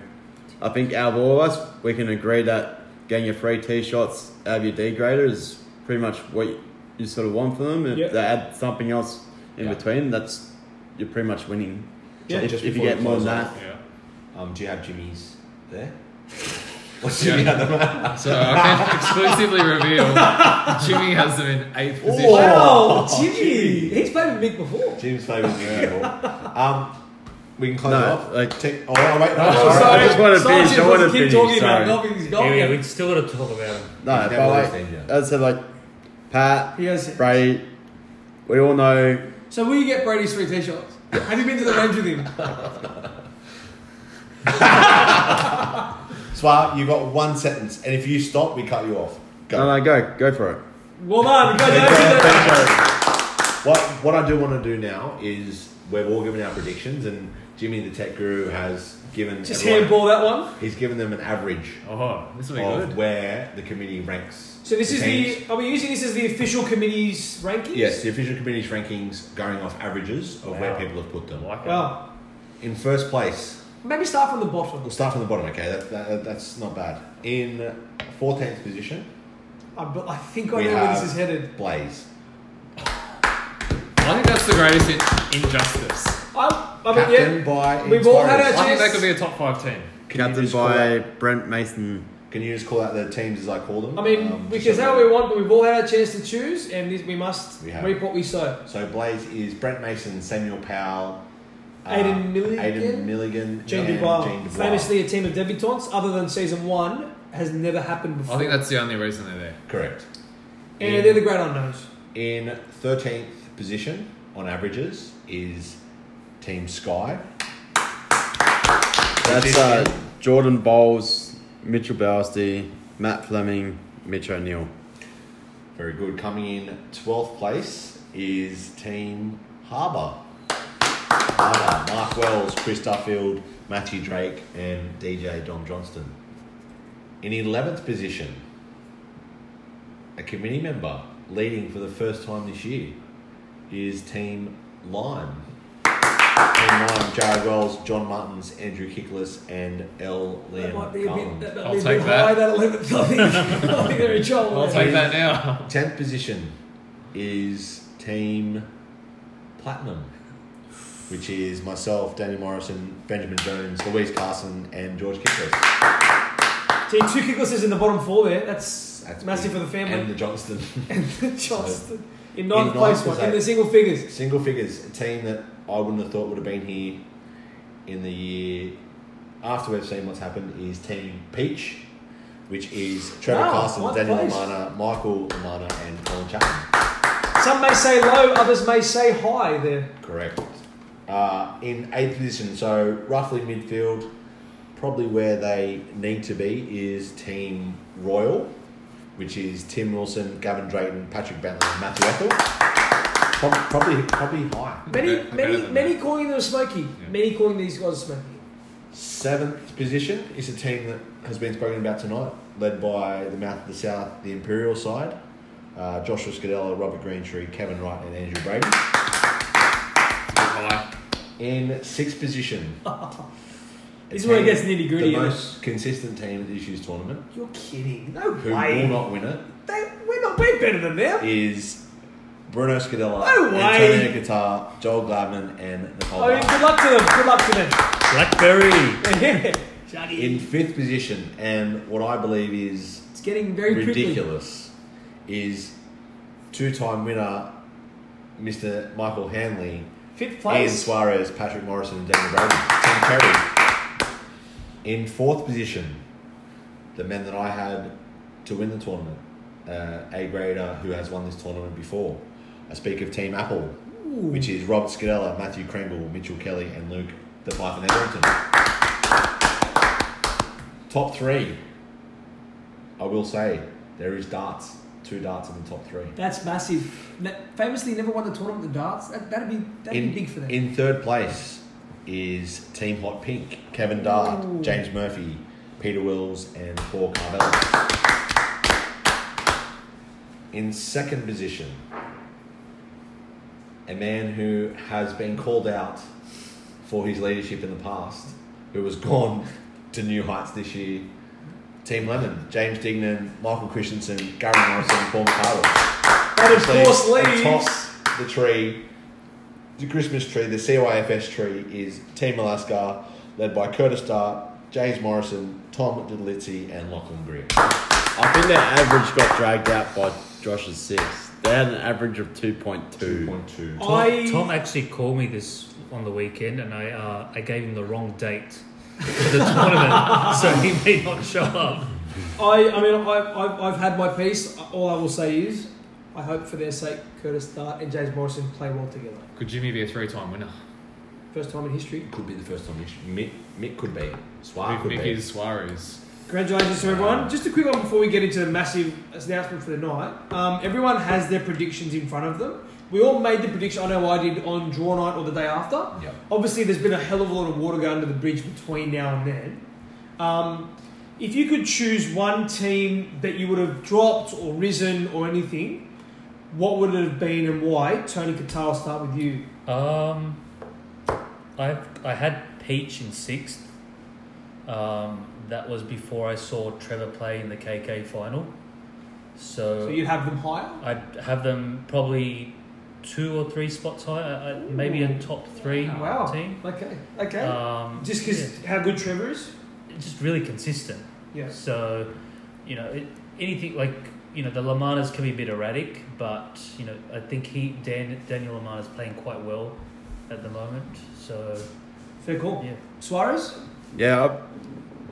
Speaker 6: I think out of all of us, we can agree that getting your free tee shots out of your degrader is pretty much what you sort of want from them. If
Speaker 2: Yep.
Speaker 6: they add something else in
Speaker 5: Yeah.
Speaker 6: between, that's you're pretty much winning.
Speaker 5: Yeah,
Speaker 6: if,
Speaker 5: just
Speaker 6: if you
Speaker 5: before
Speaker 6: get
Speaker 5: we
Speaker 6: more than
Speaker 5: close
Speaker 6: that,
Speaker 5: off.
Speaker 4: Yeah.
Speaker 5: Um, do you have Jimmy's there? What's
Speaker 4: Yeah.
Speaker 5: Jimmy at the moment?
Speaker 4: So I can exclusively reveal Jimmy has them in eighth position.
Speaker 2: Wow,
Speaker 5: Oh,
Speaker 2: Jimmy.
Speaker 5: Jimmy.
Speaker 2: He's played with Mick before.
Speaker 5: Jim's favourite thing people. Um, we can close
Speaker 6: No,
Speaker 5: off.
Speaker 6: like-
Speaker 5: Take- oh, wait, no,
Speaker 6: sorry.
Speaker 5: sorry.
Speaker 6: I just wanna finish, I wanna
Speaker 2: keep
Speaker 6: finish,
Speaker 2: talking
Speaker 6: sorry.
Speaker 2: about golf. He's golf.
Speaker 3: Yeah, we, we still got to talk about him.
Speaker 6: no,
Speaker 5: He's
Speaker 6: but
Speaker 5: never
Speaker 6: like
Speaker 5: lost India.
Speaker 6: as I said, like Pat,
Speaker 2: He has-
Speaker 6: Brady, we all know.
Speaker 2: So will you get Brady's free tee shots? Have you been to the range with him?
Speaker 5: Swar, you got one sentence, and if you stop, we cut you off. Go.
Speaker 6: No, no, go, go for it.
Speaker 2: Well done.
Speaker 5: Thank you.
Speaker 2: Congratulations.
Speaker 5: What what I do want to do now is we've all given our predictions, and Jimmy the Tech Guru has given
Speaker 2: Just
Speaker 5: everyone-
Speaker 2: handball that one.
Speaker 5: He's given them an average
Speaker 4: Oh, this will be
Speaker 5: of
Speaker 4: good.
Speaker 5: where the committee ranks.
Speaker 2: So this is
Speaker 5: teams.
Speaker 2: the. Are we using this as the official committee's rankings?
Speaker 5: yes, the official committee's rankings going off averages of where
Speaker 4: Wow.
Speaker 5: people have put them.
Speaker 4: Like it.
Speaker 2: Well,
Speaker 5: In first place,
Speaker 2: maybe start from the bottom.
Speaker 5: We'll start from the bottom, okay? That, that, that's not bad. In 14th position,
Speaker 2: I, bu- I think I
Speaker 5: We
Speaker 2: know where this
Speaker 5: have-
Speaker 2: is headed.
Speaker 5: Blaze.
Speaker 4: I think that's the greatest in- injustice.
Speaker 2: I, I mean,
Speaker 5: Captain
Speaker 2: yeah.
Speaker 5: by
Speaker 2: We've all had
Speaker 5: Inspirers.
Speaker 2: our
Speaker 4: I think
Speaker 2: Yes.
Speaker 4: that could be a top five team.
Speaker 5: Can you
Speaker 6: Captain
Speaker 5: just call
Speaker 6: by
Speaker 5: out-
Speaker 6: Brent Mason.
Speaker 5: Can you just call out the teams as I call them?
Speaker 2: I mean,
Speaker 5: Um,
Speaker 2: we
Speaker 5: just
Speaker 2: can
Speaker 5: so
Speaker 2: say what we want, but we've all had our chance to choose, and this, we must
Speaker 5: We have.
Speaker 2: reap what we sow.
Speaker 5: So Blaze is Brent Mason, Samuel Powell, uh,
Speaker 2: Aiden Milligan?
Speaker 5: Aiden Milligan,
Speaker 2: Gene
Speaker 5: and
Speaker 2: Dubois,
Speaker 5: Gene Dubois.
Speaker 2: famously a team of debutantes, other than season one, has never happened before.
Speaker 4: I think that's the only reason they're there.
Speaker 5: correct.
Speaker 2: and they're the great unknowns.
Speaker 5: In 13th position on averages is Team Sky.
Speaker 6: That's uh, Jordan Bowles, Mitchell Bowersty, Matt Fleming, Mitch O'Neill.
Speaker 5: Very good. Coming in 12th place is Team Harbour. Harbour, Mark Wells, Chris Duffield, Matthew Drake, and DJ Dom Johnston. In 11th position, a committee member leading for the first time this year is Team Lime. Team Lime, Jared Wells, John Martins, Andrew Kickless, and L.
Speaker 2: That
Speaker 5: Liam
Speaker 2: might be a bit,
Speaker 5: Garland.
Speaker 2: that might
Speaker 4: I'll
Speaker 2: be a
Speaker 4: take
Speaker 2: bit
Speaker 4: that.
Speaker 2: high, that 11th. I think, I think they're in trouble.
Speaker 4: I'll take that now.
Speaker 5: 10th position is Team Platinum, which is myself, Daniel Morrison, Benjamin Jones, Louise Carson, and George Kipnis.
Speaker 2: Gee, two kicklisses in the bottom four there. That's, massive for the
Speaker 5: And
Speaker 2: family.
Speaker 5: the Johnston.
Speaker 2: And Johnston in
Speaker 5: In
Speaker 2: ninth place
Speaker 5: ninth
Speaker 2: one,
Speaker 5: was
Speaker 2: in
Speaker 5: eight.
Speaker 2: the single figures.
Speaker 5: Single figures, a team that I wouldn't have thought would have been here in the year after we've seen what's happened is Team Peach, which is Trevor
Speaker 2: Wow,
Speaker 5: Carson,
Speaker 2: what
Speaker 5: Daniel
Speaker 2: place?
Speaker 5: Lamana, Michael Lamana, and Colin Chapman.
Speaker 2: Some may say low, others may say high there.
Speaker 5: Correct. Uh, in eighth position, so roughly midfield, probably where they need to be is Team Royal, which is Tim Wilson, Gavin Drayton, Patrick Bentley, and Matthew Ethel. Prob- Probably, probably high.
Speaker 2: Many,
Speaker 4: Better- better
Speaker 2: many,
Speaker 4: than
Speaker 2: many calling them smoky. Many calling these guys smoky.
Speaker 5: Seventh position is a team that has been spoken about tonight, led by the Mouth of the South, the Imperial side, uh, Joshua Scadella, Robert Greentree, Kevin Wright, and Andrew Brady.
Speaker 4: Goodbye.
Speaker 5: In sixth position,
Speaker 2: This
Speaker 5: a
Speaker 2: is where it
Speaker 5: team-
Speaker 2: gets nitty
Speaker 5: the
Speaker 2: gritty.
Speaker 5: most consistent team at this year's tournament.
Speaker 2: You're kidding. No
Speaker 5: who
Speaker 2: way.
Speaker 5: will not win it.
Speaker 2: They, better than them.
Speaker 5: is Bruno Scadella,
Speaker 2: No way. Oh,
Speaker 5: Antonio Guitar, Joel Gladman, and Nicole.
Speaker 2: I mean,
Speaker 5: Byer.
Speaker 2: good luck to them. Good luck to them.
Speaker 3: Blackberry.
Speaker 2: Yeah.
Speaker 5: In fifth position, and what I believe is
Speaker 2: It's getting very Ridiculous.
Speaker 5: ridiculous, is two-time winner Mr. Michael Hanley,
Speaker 2: Fifth
Speaker 5: Ian
Speaker 2: place.
Speaker 5: Suarez, Patrick Morrison, and Daniel Brady, Tim Perry. In fourth position, the men that I had to win the tournament, uh, a grader who has won this tournament before. I speak of Team Apple, which is Robert Scadella, Matthew Kringle, Mitchell Kelly, and Luke the Python Edgerton. top three, I will say, there is darts, two darts in the top three.
Speaker 2: That's massive. Na- famously, never won the tournament in darts. That, that'd be that'd
Speaker 5: In,
Speaker 2: be big for them.
Speaker 5: in third place is Team Hot Pink, Kevin Dart,
Speaker 2: Ooh.
Speaker 5: James Murphy, Peter Wills, and Paul Carvel. In second position, a man who has been called out for his leadership in the past, who has gone to new heights this year. Team Lemon, James Dignan, Michael Christensen, Gary Morrison, and Paul Carvel
Speaker 2: that of course leaves.
Speaker 5: atop the tree, the Christmas tree, the CYFS tree is Team Alaska, led by Curtis Dart, James Morrison, Tom Diddlitzy, and Lachlan Greer.
Speaker 6: I think their average got dragged out by Josh's six. They had an average of 2.2.
Speaker 5: 2.2.
Speaker 3: Tom,
Speaker 2: I
Speaker 3: Tom actually called me this on the weekend, and I uh, I gave him the wrong date for the tournament, so he may not show up.
Speaker 2: I, I mean, I, I've, I've had my piece. All I will say is, I hope for their sake, Curtis Dart and James Morrison play well together.
Speaker 4: Could Jimmy be a three-time winner?
Speaker 2: First time in history.
Speaker 5: Could be the first time. Mish- Mick, Mick could be. Swar
Speaker 4: Mick
Speaker 5: could
Speaker 4: Mick
Speaker 5: be.
Speaker 4: is Suarez.
Speaker 2: Congratulations to everyone. Just a quick one before we get into the massive announcement for the night. Um, everyone has their predictions in front of them. We all made the prediction. I know I did on draw night or the day after.
Speaker 5: Yep.
Speaker 2: Obviously, there's been a hell of a lot of water going under the bridge between now and then. Um, if you could choose one team that you would have dropped or risen or anything, what would it have been and why? Tony Qatar, I'll start with you.
Speaker 3: Um, I I had Peach in sixth. Um, that was before I saw Trevor play in the KK final. So,
Speaker 2: So you'd have them higher?
Speaker 3: I'd have them probably two or three spots higher, uh, uh, maybe a top
Speaker 4: Uh,
Speaker 3: three
Speaker 2: Wow.
Speaker 3: team.
Speaker 2: Okay. Okay.
Speaker 3: Um,
Speaker 2: Just because how good Trevor is?
Speaker 3: yeah, just really consistent.
Speaker 2: Yes.
Speaker 3: So, you know, it, anything like you know the Lamanas can be a bit erratic, but you know I think he Dan, Daniel Lamana's playing quite well at the moment. So
Speaker 2: Fair call.
Speaker 3: yeah,
Speaker 2: Suarez?
Speaker 6: Yeah, I-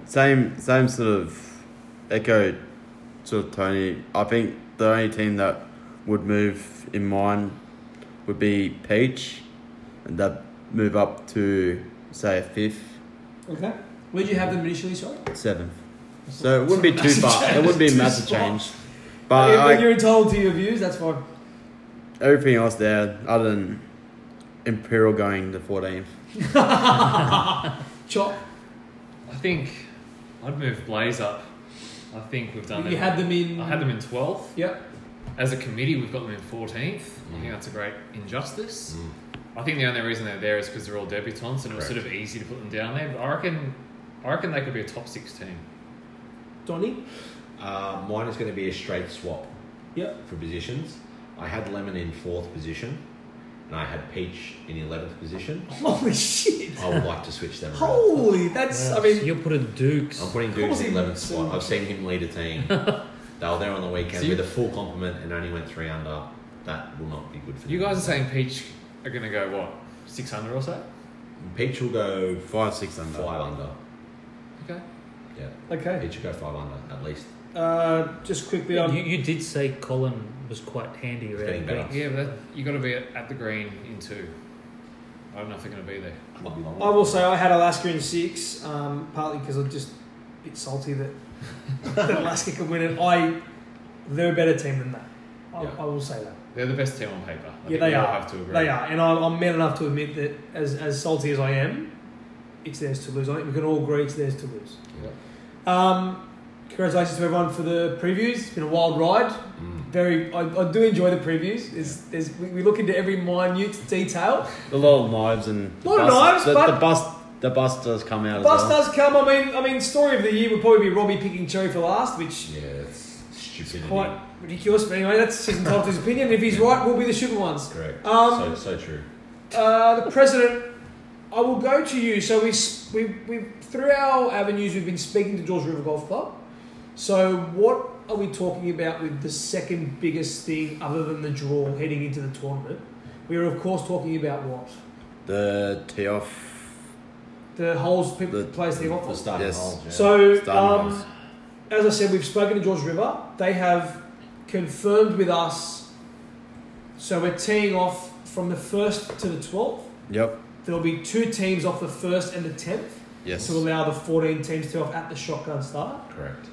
Speaker 6: same same sort of echo to Tony. I think the only team that would move in mine would be Peach, and that move up to say fifth,
Speaker 2: Okay. Where'd you have them initially, sorry?
Speaker 6: seventh. So it wouldn't be too
Speaker 2: Massive
Speaker 6: far. It wouldn't be a
Speaker 2: change.
Speaker 6: massive
Speaker 2: Two
Speaker 6: change.
Speaker 2: spots.
Speaker 6: But
Speaker 2: Yeah,
Speaker 6: I,
Speaker 2: but you're entitled to your views, that's fine.
Speaker 6: everything else there, other than Imperial going to 14th.
Speaker 2: Chop,
Speaker 4: I think I'd move Blaze up. I think we've done
Speaker 2: you had them in.
Speaker 4: I had them in 12th.
Speaker 2: Yep.
Speaker 4: As a committee, we've got them in 14th. I
Speaker 2: Mm.
Speaker 4: think that's a great injustice. I think the only reason they're there is because they're all debutants and it was sort of easy to put them down there. But I reckon, I reckon they could be a top six team.
Speaker 2: Donny.
Speaker 5: Uh, mine is going to be a straight swap
Speaker 2: Yep.
Speaker 5: for positions. I had Lemon in fourth position, and I had Peach in 11th position.
Speaker 2: Holy shit.
Speaker 5: I would like to switch them around.
Speaker 2: Holy, that's. I
Speaker 3: Wow, so
Speaker 2: mean,
Speaker 3: you're putting Dukes.
Speaker 5: I'm putting Dukes
Speaker 2: Causing
Speaker 5: in 11th spot.
Speaker 2: some-
Speaker 5: I've seen him lead a team. they were there on the weekend
Speaker 4: So you-
Speaker 5: with a full complement and only went three under. That will not be good for
Speaker 4: You
Speaker 5: them.
Speaker 4: guys are saying Peach are going to go what six hundred or so?
Speaker 5: Peach will go
Speaker 6: Five, six under.
Speaker 5: five under.
Speaker 4: Okay.
Speaker 5: Yeah,
Speaker 2: okay.
Speaker 5: Peach will go five under at least.
Speaker 2: Uh, just quickly
Speaker 3: You,
Speaker 2: on.
Speaker 3: you did say Colin was quite handy around
Speaker 5: getting
Speaker 3: the
Speaker 5: better.
Speaker 3: green.
Speaker 4: Yeah, but that, you got to be at, at the green in two. I don't know if they're going to be there.
Speaker 2: I will say I had Alaska in six, um, partly because I'm just a bit salty that, that Alaska can win it. I, they're a better team than that. I,
Speaker 4: Yeah.
Speaker 2: I will say that.
Speaker 4: They're the best team on paper. I
Speaker 2: Yeah,
Speaker 4: think
Speaker 2: they
Speaker 4: we all
Speaker 2: are.
Speaker 4: Have to agree.
Speaker 2: They are, and I'm, I'm man enough to admit that as, as salty as I am, it's theirs to lose. I think we can all agree it's theirs to lose. Um, congratulations to everyone for the previews. It's been a wild ride.
Speaker 5: Mm.
Speaker 2: Very, I, I do enjoy the previews. It's, there's, we, we look into every minute detail.
Speaker 6: A lot of knives and.
Speaker 2: Lot of
Speaker 6: bus-
Speaker 2: knives,
Speaker 6: the,
Speaker 2: but-
Speaker 6: the bus. The bus does come out.
Speaker 2: Bus
Speaker 6: as well.
Speaker 2: does come. I mean, I mean, story of the year would probably be Robbie picking cherry for last, which
Speaker 5: Yeah, it's stupidity.
Speaker 2: quite ridiculous. But anyway, that's Susan Tompkins' opinion. If he's right, we'll be the sugar ones.
Speaker 5: Correct.
Speaker 2: Um,
Speaker 5: so, so true.
Speaker 2: Uh, the president, I will go to you. So we, s- we, we through our avenues, we've been speaking to George River Golf Club. So what are we talking about with the second biggest thing other than the draw heading into the tournament? We are of course talking about what
Speaker 6: The tee off.
Speaker 2: the holes people
Speaker 6: The-
Speaker 2: place they want.
Speaker 5: The starting
Speaker 6: Yes.
Speaker 5: hole, yeah.
Speaker 2: So
Speaker 6: Starting
Speaker 2: um,
Speaker 6: holes.
Speaker 2: as I said, we've spoken to George River. They have confirmed with us. So we're teeing off from the first to the twelfth.
Speaker 6: Yep.
Speaker 2: There'll be two teams off the first and the tenth.
Speaker 6: Yes.
Speaker 2: to allow the 14 teams to off at the shotgun start.
Speaker 5: correct.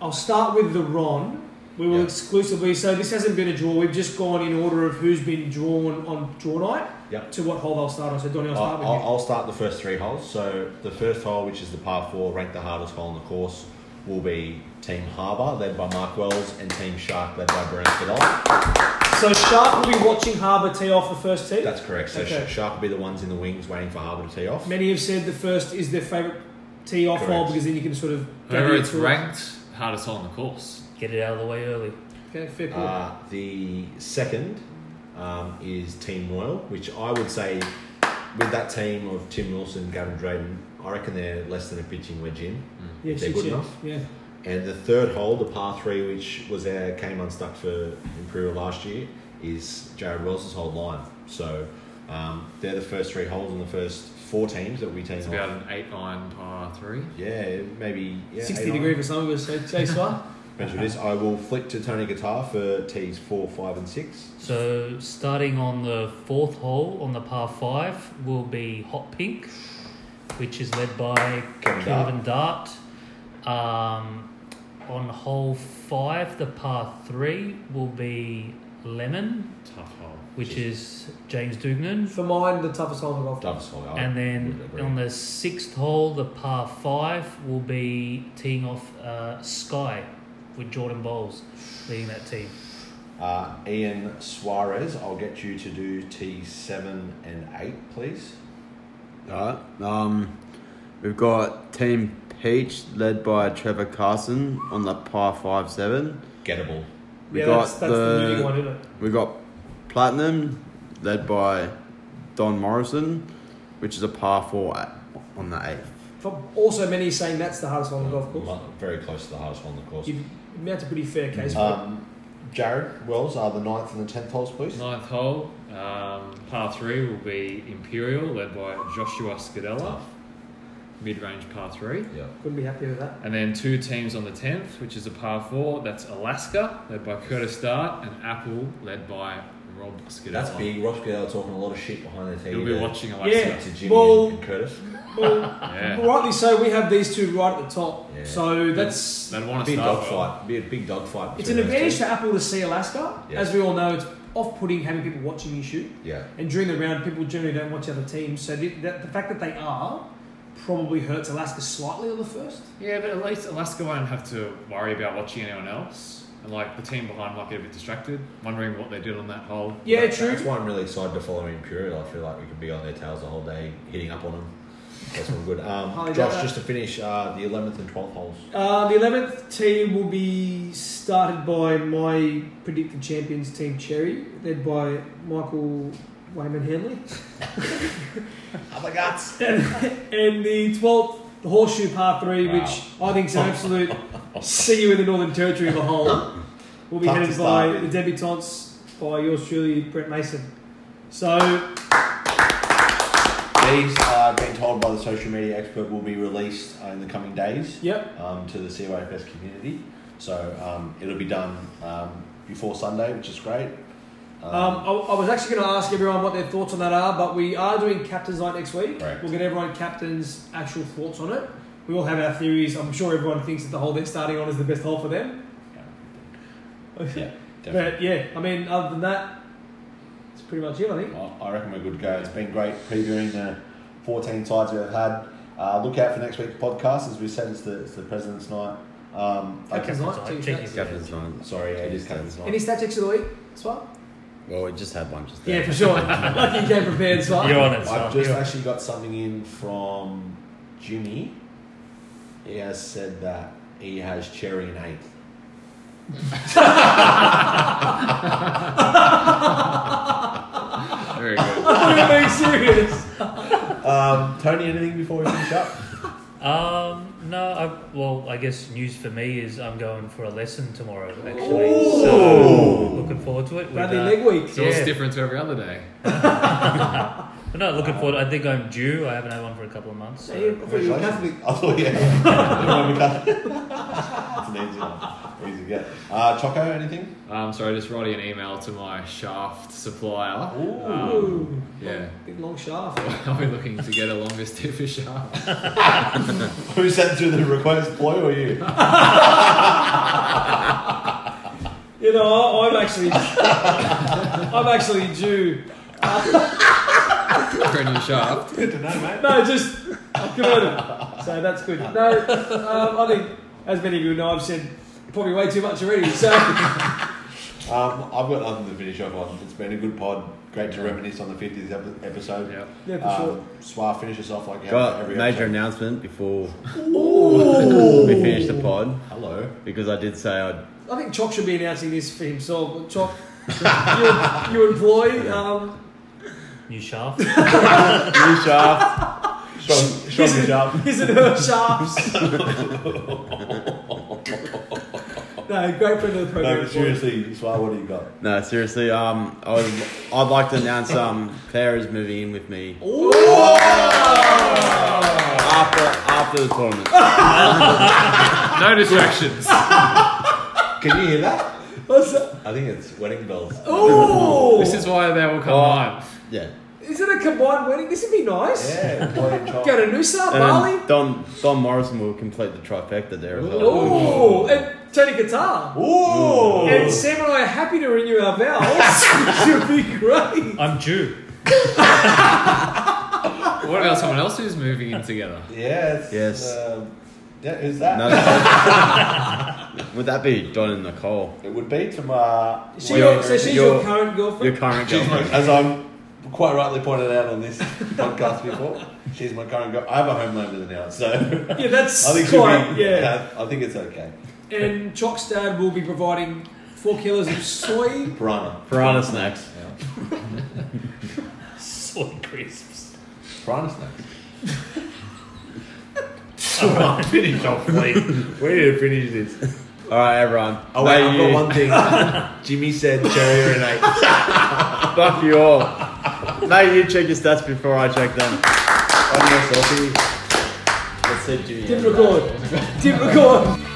Speaker 2: I'll start with the Ron. We will
Speaker 5: Yeah.
Speaker 2: exclusively, so this hasn't been a draw. We've just gone in order of who's been drawn on draw night
Speaker 5: Yep.
Speaker 2: to what hole they'll start on. So, Donny, I'll
Speaker 5: I'll,
Speaker 2: start with
Speaker 5: I'll- I'll start the first three holes. So the first hole, which is the par four, ranked the hardest hole on the course, will be Team Harbour, led by Mark Wells, and Team Shark, led by Brent Goodall.
Speaker 2: you. So, Sharp will be watching Harbour tee off the first tee.
Speaker 5: That's correct. So
Speaker 2: Okay.
Speaker 5: Sh- Shark will be the ones in the wings waiting for Harbour to tee off.
Speaker 2: Many have said the first is their favourite tee off hole
Speaker 5: Correct.
Speaker 2: because then you can sort of.
Speaker 4: Whoever
Speaker 2: gather
Speaker 4: it's
Speaker 2: your thoughts.
Speaker 4: ranked hardest hole on the course.
Speaker 3: Get it out of the way early.
Speaker 2: Okay, fair call.
Speaker 5: Uh, the second um, is Team Royal, which I would say, with that team of Tim Wilson, Gavin Drayden, I reckon they're less than a pitching wedge in.
Speaker 2: yeah,
Speaker 5: if they're
Speaker 2: shit,
Speaker 5: good
Speaker 2: yeah.
Speaker 5: enough.
Speaker 2: Yeah.
Speaker 5: And the third hole, the par three, which was our came unstuck for Imperial last year, is Jared Wells' whole line. So um, they're the first three holes and the first four teams that we team
Speaker 4: It's
Speaker 5: off.
Speaker 4: about an eight iron par three.
Speaker 5: yeah, maybe yeah,
Speaker 2: 60
Speaker 5: eight on.
Speaker 2: degree for some of us. So, Jay Swa.
Speaker 5: Depends what it is. I will flick to Tony Guitar for tees four, five, and six.
Speaker 3: So starting on the fourth hole on the par five will be Hot Pink, which is led by
Speaker 5: Kevin
Speaker 3: Kevin Dart. Um, on hole five, the par three will be Lemon,
Speaker 4: Tough hole.
Speaker 3: which is James Dugnan.
Speaker 2: For mine, the toughest hole on the golf course.
Speaker 5: Doves hole. I
Speaker 3: And
Speaker 5: would
Speaker 3: then
Speaker 5: agree.
Speaker 3: on the sixth hole, the par five will be teeing off uh, Sky with Jordan Bowles leading that team.
Speaker 5: uh, Ian Suarez, I'll get you to do T seven and eight, please.
Speaker 6: All right. Um, we've got Team Peach led by Trevor Carson on the par five seven.
Speaker 5: Gettable.
Speaker 6: We
Speaker 2: yeah,
Speaker 6: got
Speaker 2: that's, that's the,
Speaker 6: the-
Speaker 2: new one, isn't it?
Speaker 6: We got Platinum led by Don Morrison, which is a par four at, on the eighth.
Speaker 2: From also, many saying that's the hardest hole on the golf course.
Speaker 5: Mu- Very close to the hardest hole on the course.
Speaker 2: You've made a pretty fair case for it.
Speaker 5: Um, Jared Wells are the ninth and the tenth holes, please.
Speaker 4: Ninth hole, um, par three will be Imperial, led by Joshua Scadella. Mid range par three.
Speaker 5: Yeah.
Speaker 2: Couldn't be happier with that.
Speaker 4: And then two teams on the 10th, which is a par four. That's Alaska, led by Curtis Dart, and Apple, led by Rob Scadella.
Speaker 5: That's big. Ross Goodell talking a lot of shit behind their team.
Speaker 4: You'll be
Speaker 5: there.
Speaker 4: watching Alaska.
Speaker 5: To Jimmy
Speaker 2: Well-
Speaker 5: and Curtis.
Speaker 2: Well,
Speaker 4: Yeah.
Speaker 2: rightly so, we have these two right at the top.
Speaker 5: Yeah.
Speaker 2: So that's
Speaker 4: They'd want to
Speaker 5: Big
Speaker 4: start
Speaker 5: dog
Speaker 4: well.
Speaker 5: fight. Be a big dog fight.
Speaker 2: it's
Speaker 5: between
Speaker 2: an
Speaker 5: those
Speaker 2: advantage
Speaker 5: two.
Speaker 2: for Apple to see Alaska.
Speaker 5: Yeah.
Speaker 2: As we all know, it's off-putting having people watching you shoot.
Speaker 5: Yeah.
Speaker 2: And during the round, people generally don't watch other teams. So the, that, the fact that they are probably hurts Alaska slightly on the first.
Speaker 4: Yeah, but at least Alaska won't have to worry about watching anyone else. And like the team behind might get a bit distracted, wondering what they did on that hole.
Speaker 2: Yeah,
Speaker 5: That- That's
Speaker 2: true.
Speaker 5: why I'm really excited to follow Imperial. I feel like we could be on their tails the whole day, hitting up on them. That's all good.
Speaker 2: Highly
Speaker 5: Um,
Speaker 2: doubt
Speaker 5: Josh,
Speaker 2: that.
Speaker 5: just to finish, uh, the 11th and 12th holes.
Speaker 2: Uh, the eleventh team will be started by my predicted champions team Cherry, led by Michael Wayman Hanley.
Speaker 5: Other guts.
Speaker 2: And the 12th, the horseshoe par three,
Speaker 5: Wow.
Speaker 2: which I think is an absolute see you in the Northern Territory of a hole, will be
Speaker 5: Tough to
Speaker 2: headed by
Speaker 5: start
Speaker 2: the
Speaker 5: with.
Speaker 2: debutantes by yours truly, Brett Mason. So,
Speaker 5: These, I've been told by the social media expert, will be released uh, in the coming days.
Speaker 2: yep,
Speaker 5: um, to the CYFS community. So um, it'll be done um, before Sunday, which is great.
Speaker 2: um, I, I was actually going to ask everyone what their thoughts on that are, but we are doing Captain's Night next week.
Speaker 5: Correct.
Speaker 2: We'll get everyone Captain's actual thoughts on it. We all have our theories. I'm sure everyone thinks that the hole they're starting on is the best hole for them.
Speaker 5: yeah, definitely.
Speaker 2: But yeah, I mean, other than that, it's pretty much it, I think.
Speaker 5: I I reckon we're good to go. It's been great previewing the 14 sides we've had. Uh, look out for next week's podcast. As we said, it's the, it's the President's Night. Um, okay.
Speaker 2: Captain's Night.
Speaker 3: Captain's
Speaker 2: two
Speaker 3: Night.
Speaker 2: stats.
Speaker 6: Captain's nine.
Speaker 5: Sorry, it is Captain's Night.
Speaker 2: Any stat checks of the week, Swap?
Speaker 6: Well, we just had one just there.
Speaker 2: Yeah, for sure. Lucky you came prepared, Swap.
Speaker 3: You're on it,
Speaker 5: I've
Speaker 3: Sal.
Speaker 5: just
Speaker 3: You're-
Speaker 5: actually got something in from Jimmy. He has said that he has Cherry in eighth.
Speaker 4: Very good.
Speaker 2: Are you serious?
Speaker 5: Um, Tony, anything before we finish up?
Speaker 3: Um, no, I, well, I guess news for me is I'm going for a lesson tomorrow, actually. So, um, looking forward to it. with,
Speaker 2: Bradley
Speaker 3: uh,
Speaker 2: leg week.
Speaker 4: So what's
Speaker 3: Yeah.
Speaker 4: different to every other day?
Speaker 3: I'm not looking forward. I think I'm due. I haven't had one for a couple of months. So.
Speaker 2: Yeah, I thought you were Catholic.
Speaker 5: I thought, yeah. it's an easy one. Easy to get. Uh, Choco, anything?
Speaker 4: Um, so I just wrote an email to my shaft supplier. Um,
Speaker 2: Ooh.
Speaker 4: yeah.
Speaker 2: Big long shaft.
Speaker 4: I'll be looking to get a longer, stiffer shaft.
Speaker 5: Who sent through the request, Ploy or you?
Speaker 2: You know, I'm actually, I'm actually due.
Speaker 4: For a new shaft.
Speaker 5: Good to know, mate.
Speaker 2: No, just good. So that's good. No, um, I think as many of you know, I've said probably way too much already. So
Speaker 5: Um, I've got nothing to finish off on. It's been a good pod. Great to reminisce on the 50th epi- episode.
Speaker 4: Yeah.
Speaker 2: yeah, for
Speaker 5: Um,
Speaker 2: sure.
Speaker 5: Swa, finish us off like you have
Speaker 6: Got
Speaker 5: every
Speaker 6: a major
Speaker 5: episode.
Speaker 6: announcement before we finish the pod
Speaker 5: Hello.
Speaker 6: because I did say I'd.
Speaker 2: I think Chalk should be announcing this for himself. But Chalk, you, you employ. Um,
Speaker 3: New shaft.
Speaker 6: New shaft.
Speaker 5: Strong, strong
Speaker 2: Isn't-
Speaker 5: job.
Speaker 2: His and her shafts. no, great friend of the program.
Speaker 5: No, but seriously, Swa, what do you got?
Speaker 6: No, seriously. Um, I would, I'd like to announce um, Clara's moving in with me after after the tournament.
Speaker 4: No distractions.
Speaker 5: Can you hear that?
Speaker 2: What's that?
Speaker 5: I think it's wedding bells.
Speaker 2: Ooh,
Speaker 4: This is why they will come
Speaker 6: Oh.
Speaker 4: live.
Speaker 6: Yeah.
Speaker 2: is it a combined wedding? This would be nice.
Speaker 5: Yeah, Ploy and Choco.
Speaker 2: Go to Noosa,
Speaker 6: And
Speaker 2: Bali.
Speaker 6: then Don Don Morrison will complete the trifecta there as well.
Speaker 2: Oh, and Tony Guitar.
Speaker 5: Ooh.
Speaker 2: And Sam and I are happy to renew our vows. Should be great.
Speaker 3: I'm due.
Speaker 4: What about someone else who's moving in together?
Speaker 5: Yes.
Speaker 6: Yes.
Speaker 5: Um, yeah, who's that?
Speaker 6: No, that's- would that be Don and Nicole?
Speaker 5: It would be tomorrow.
Speaker 2: Is she your, so she's your,
Speaker 6: Your-
Speaker 2: current girlfriend.
Speaker 6: Your current girlfriend.
Speaker 5: As I'm quite rightly pointed out on this podcast before, she's my current girl. I have a homelander now, so I
Speaker 2: yeah, that's
Speaker 5: think she'll
Speaker 2: quite
Speaker 5: be.
Speaker 2: yeah.
Speaker 5: I think it's okay.
Speaker 2: And Chalk's dad will be providing four kilos of soy.
Speaker 5: Piranha.
Speaker 6: Piranha snacks.
Speaker 3: Soy crisps.
Speaker 5: Piranha snacks.
Speaker 3: Finish off, please.
Speaker 5: We need to finish this.
Speaker 6: All right, everyone.
Speaker 5: Oh wait,
Speaker 6: Thank
Speaker 5: I've
Speaker 6: you.
Speaker 5: got one thing. Jimmy said cherry and
Speaker 6: Fuck you all. Mate, you check your stats before I check them.
Speaker 5: On your selfie.
Speaker 6: Let's see, Jimmy.
Speaker 2: Didn't record. Didn't record.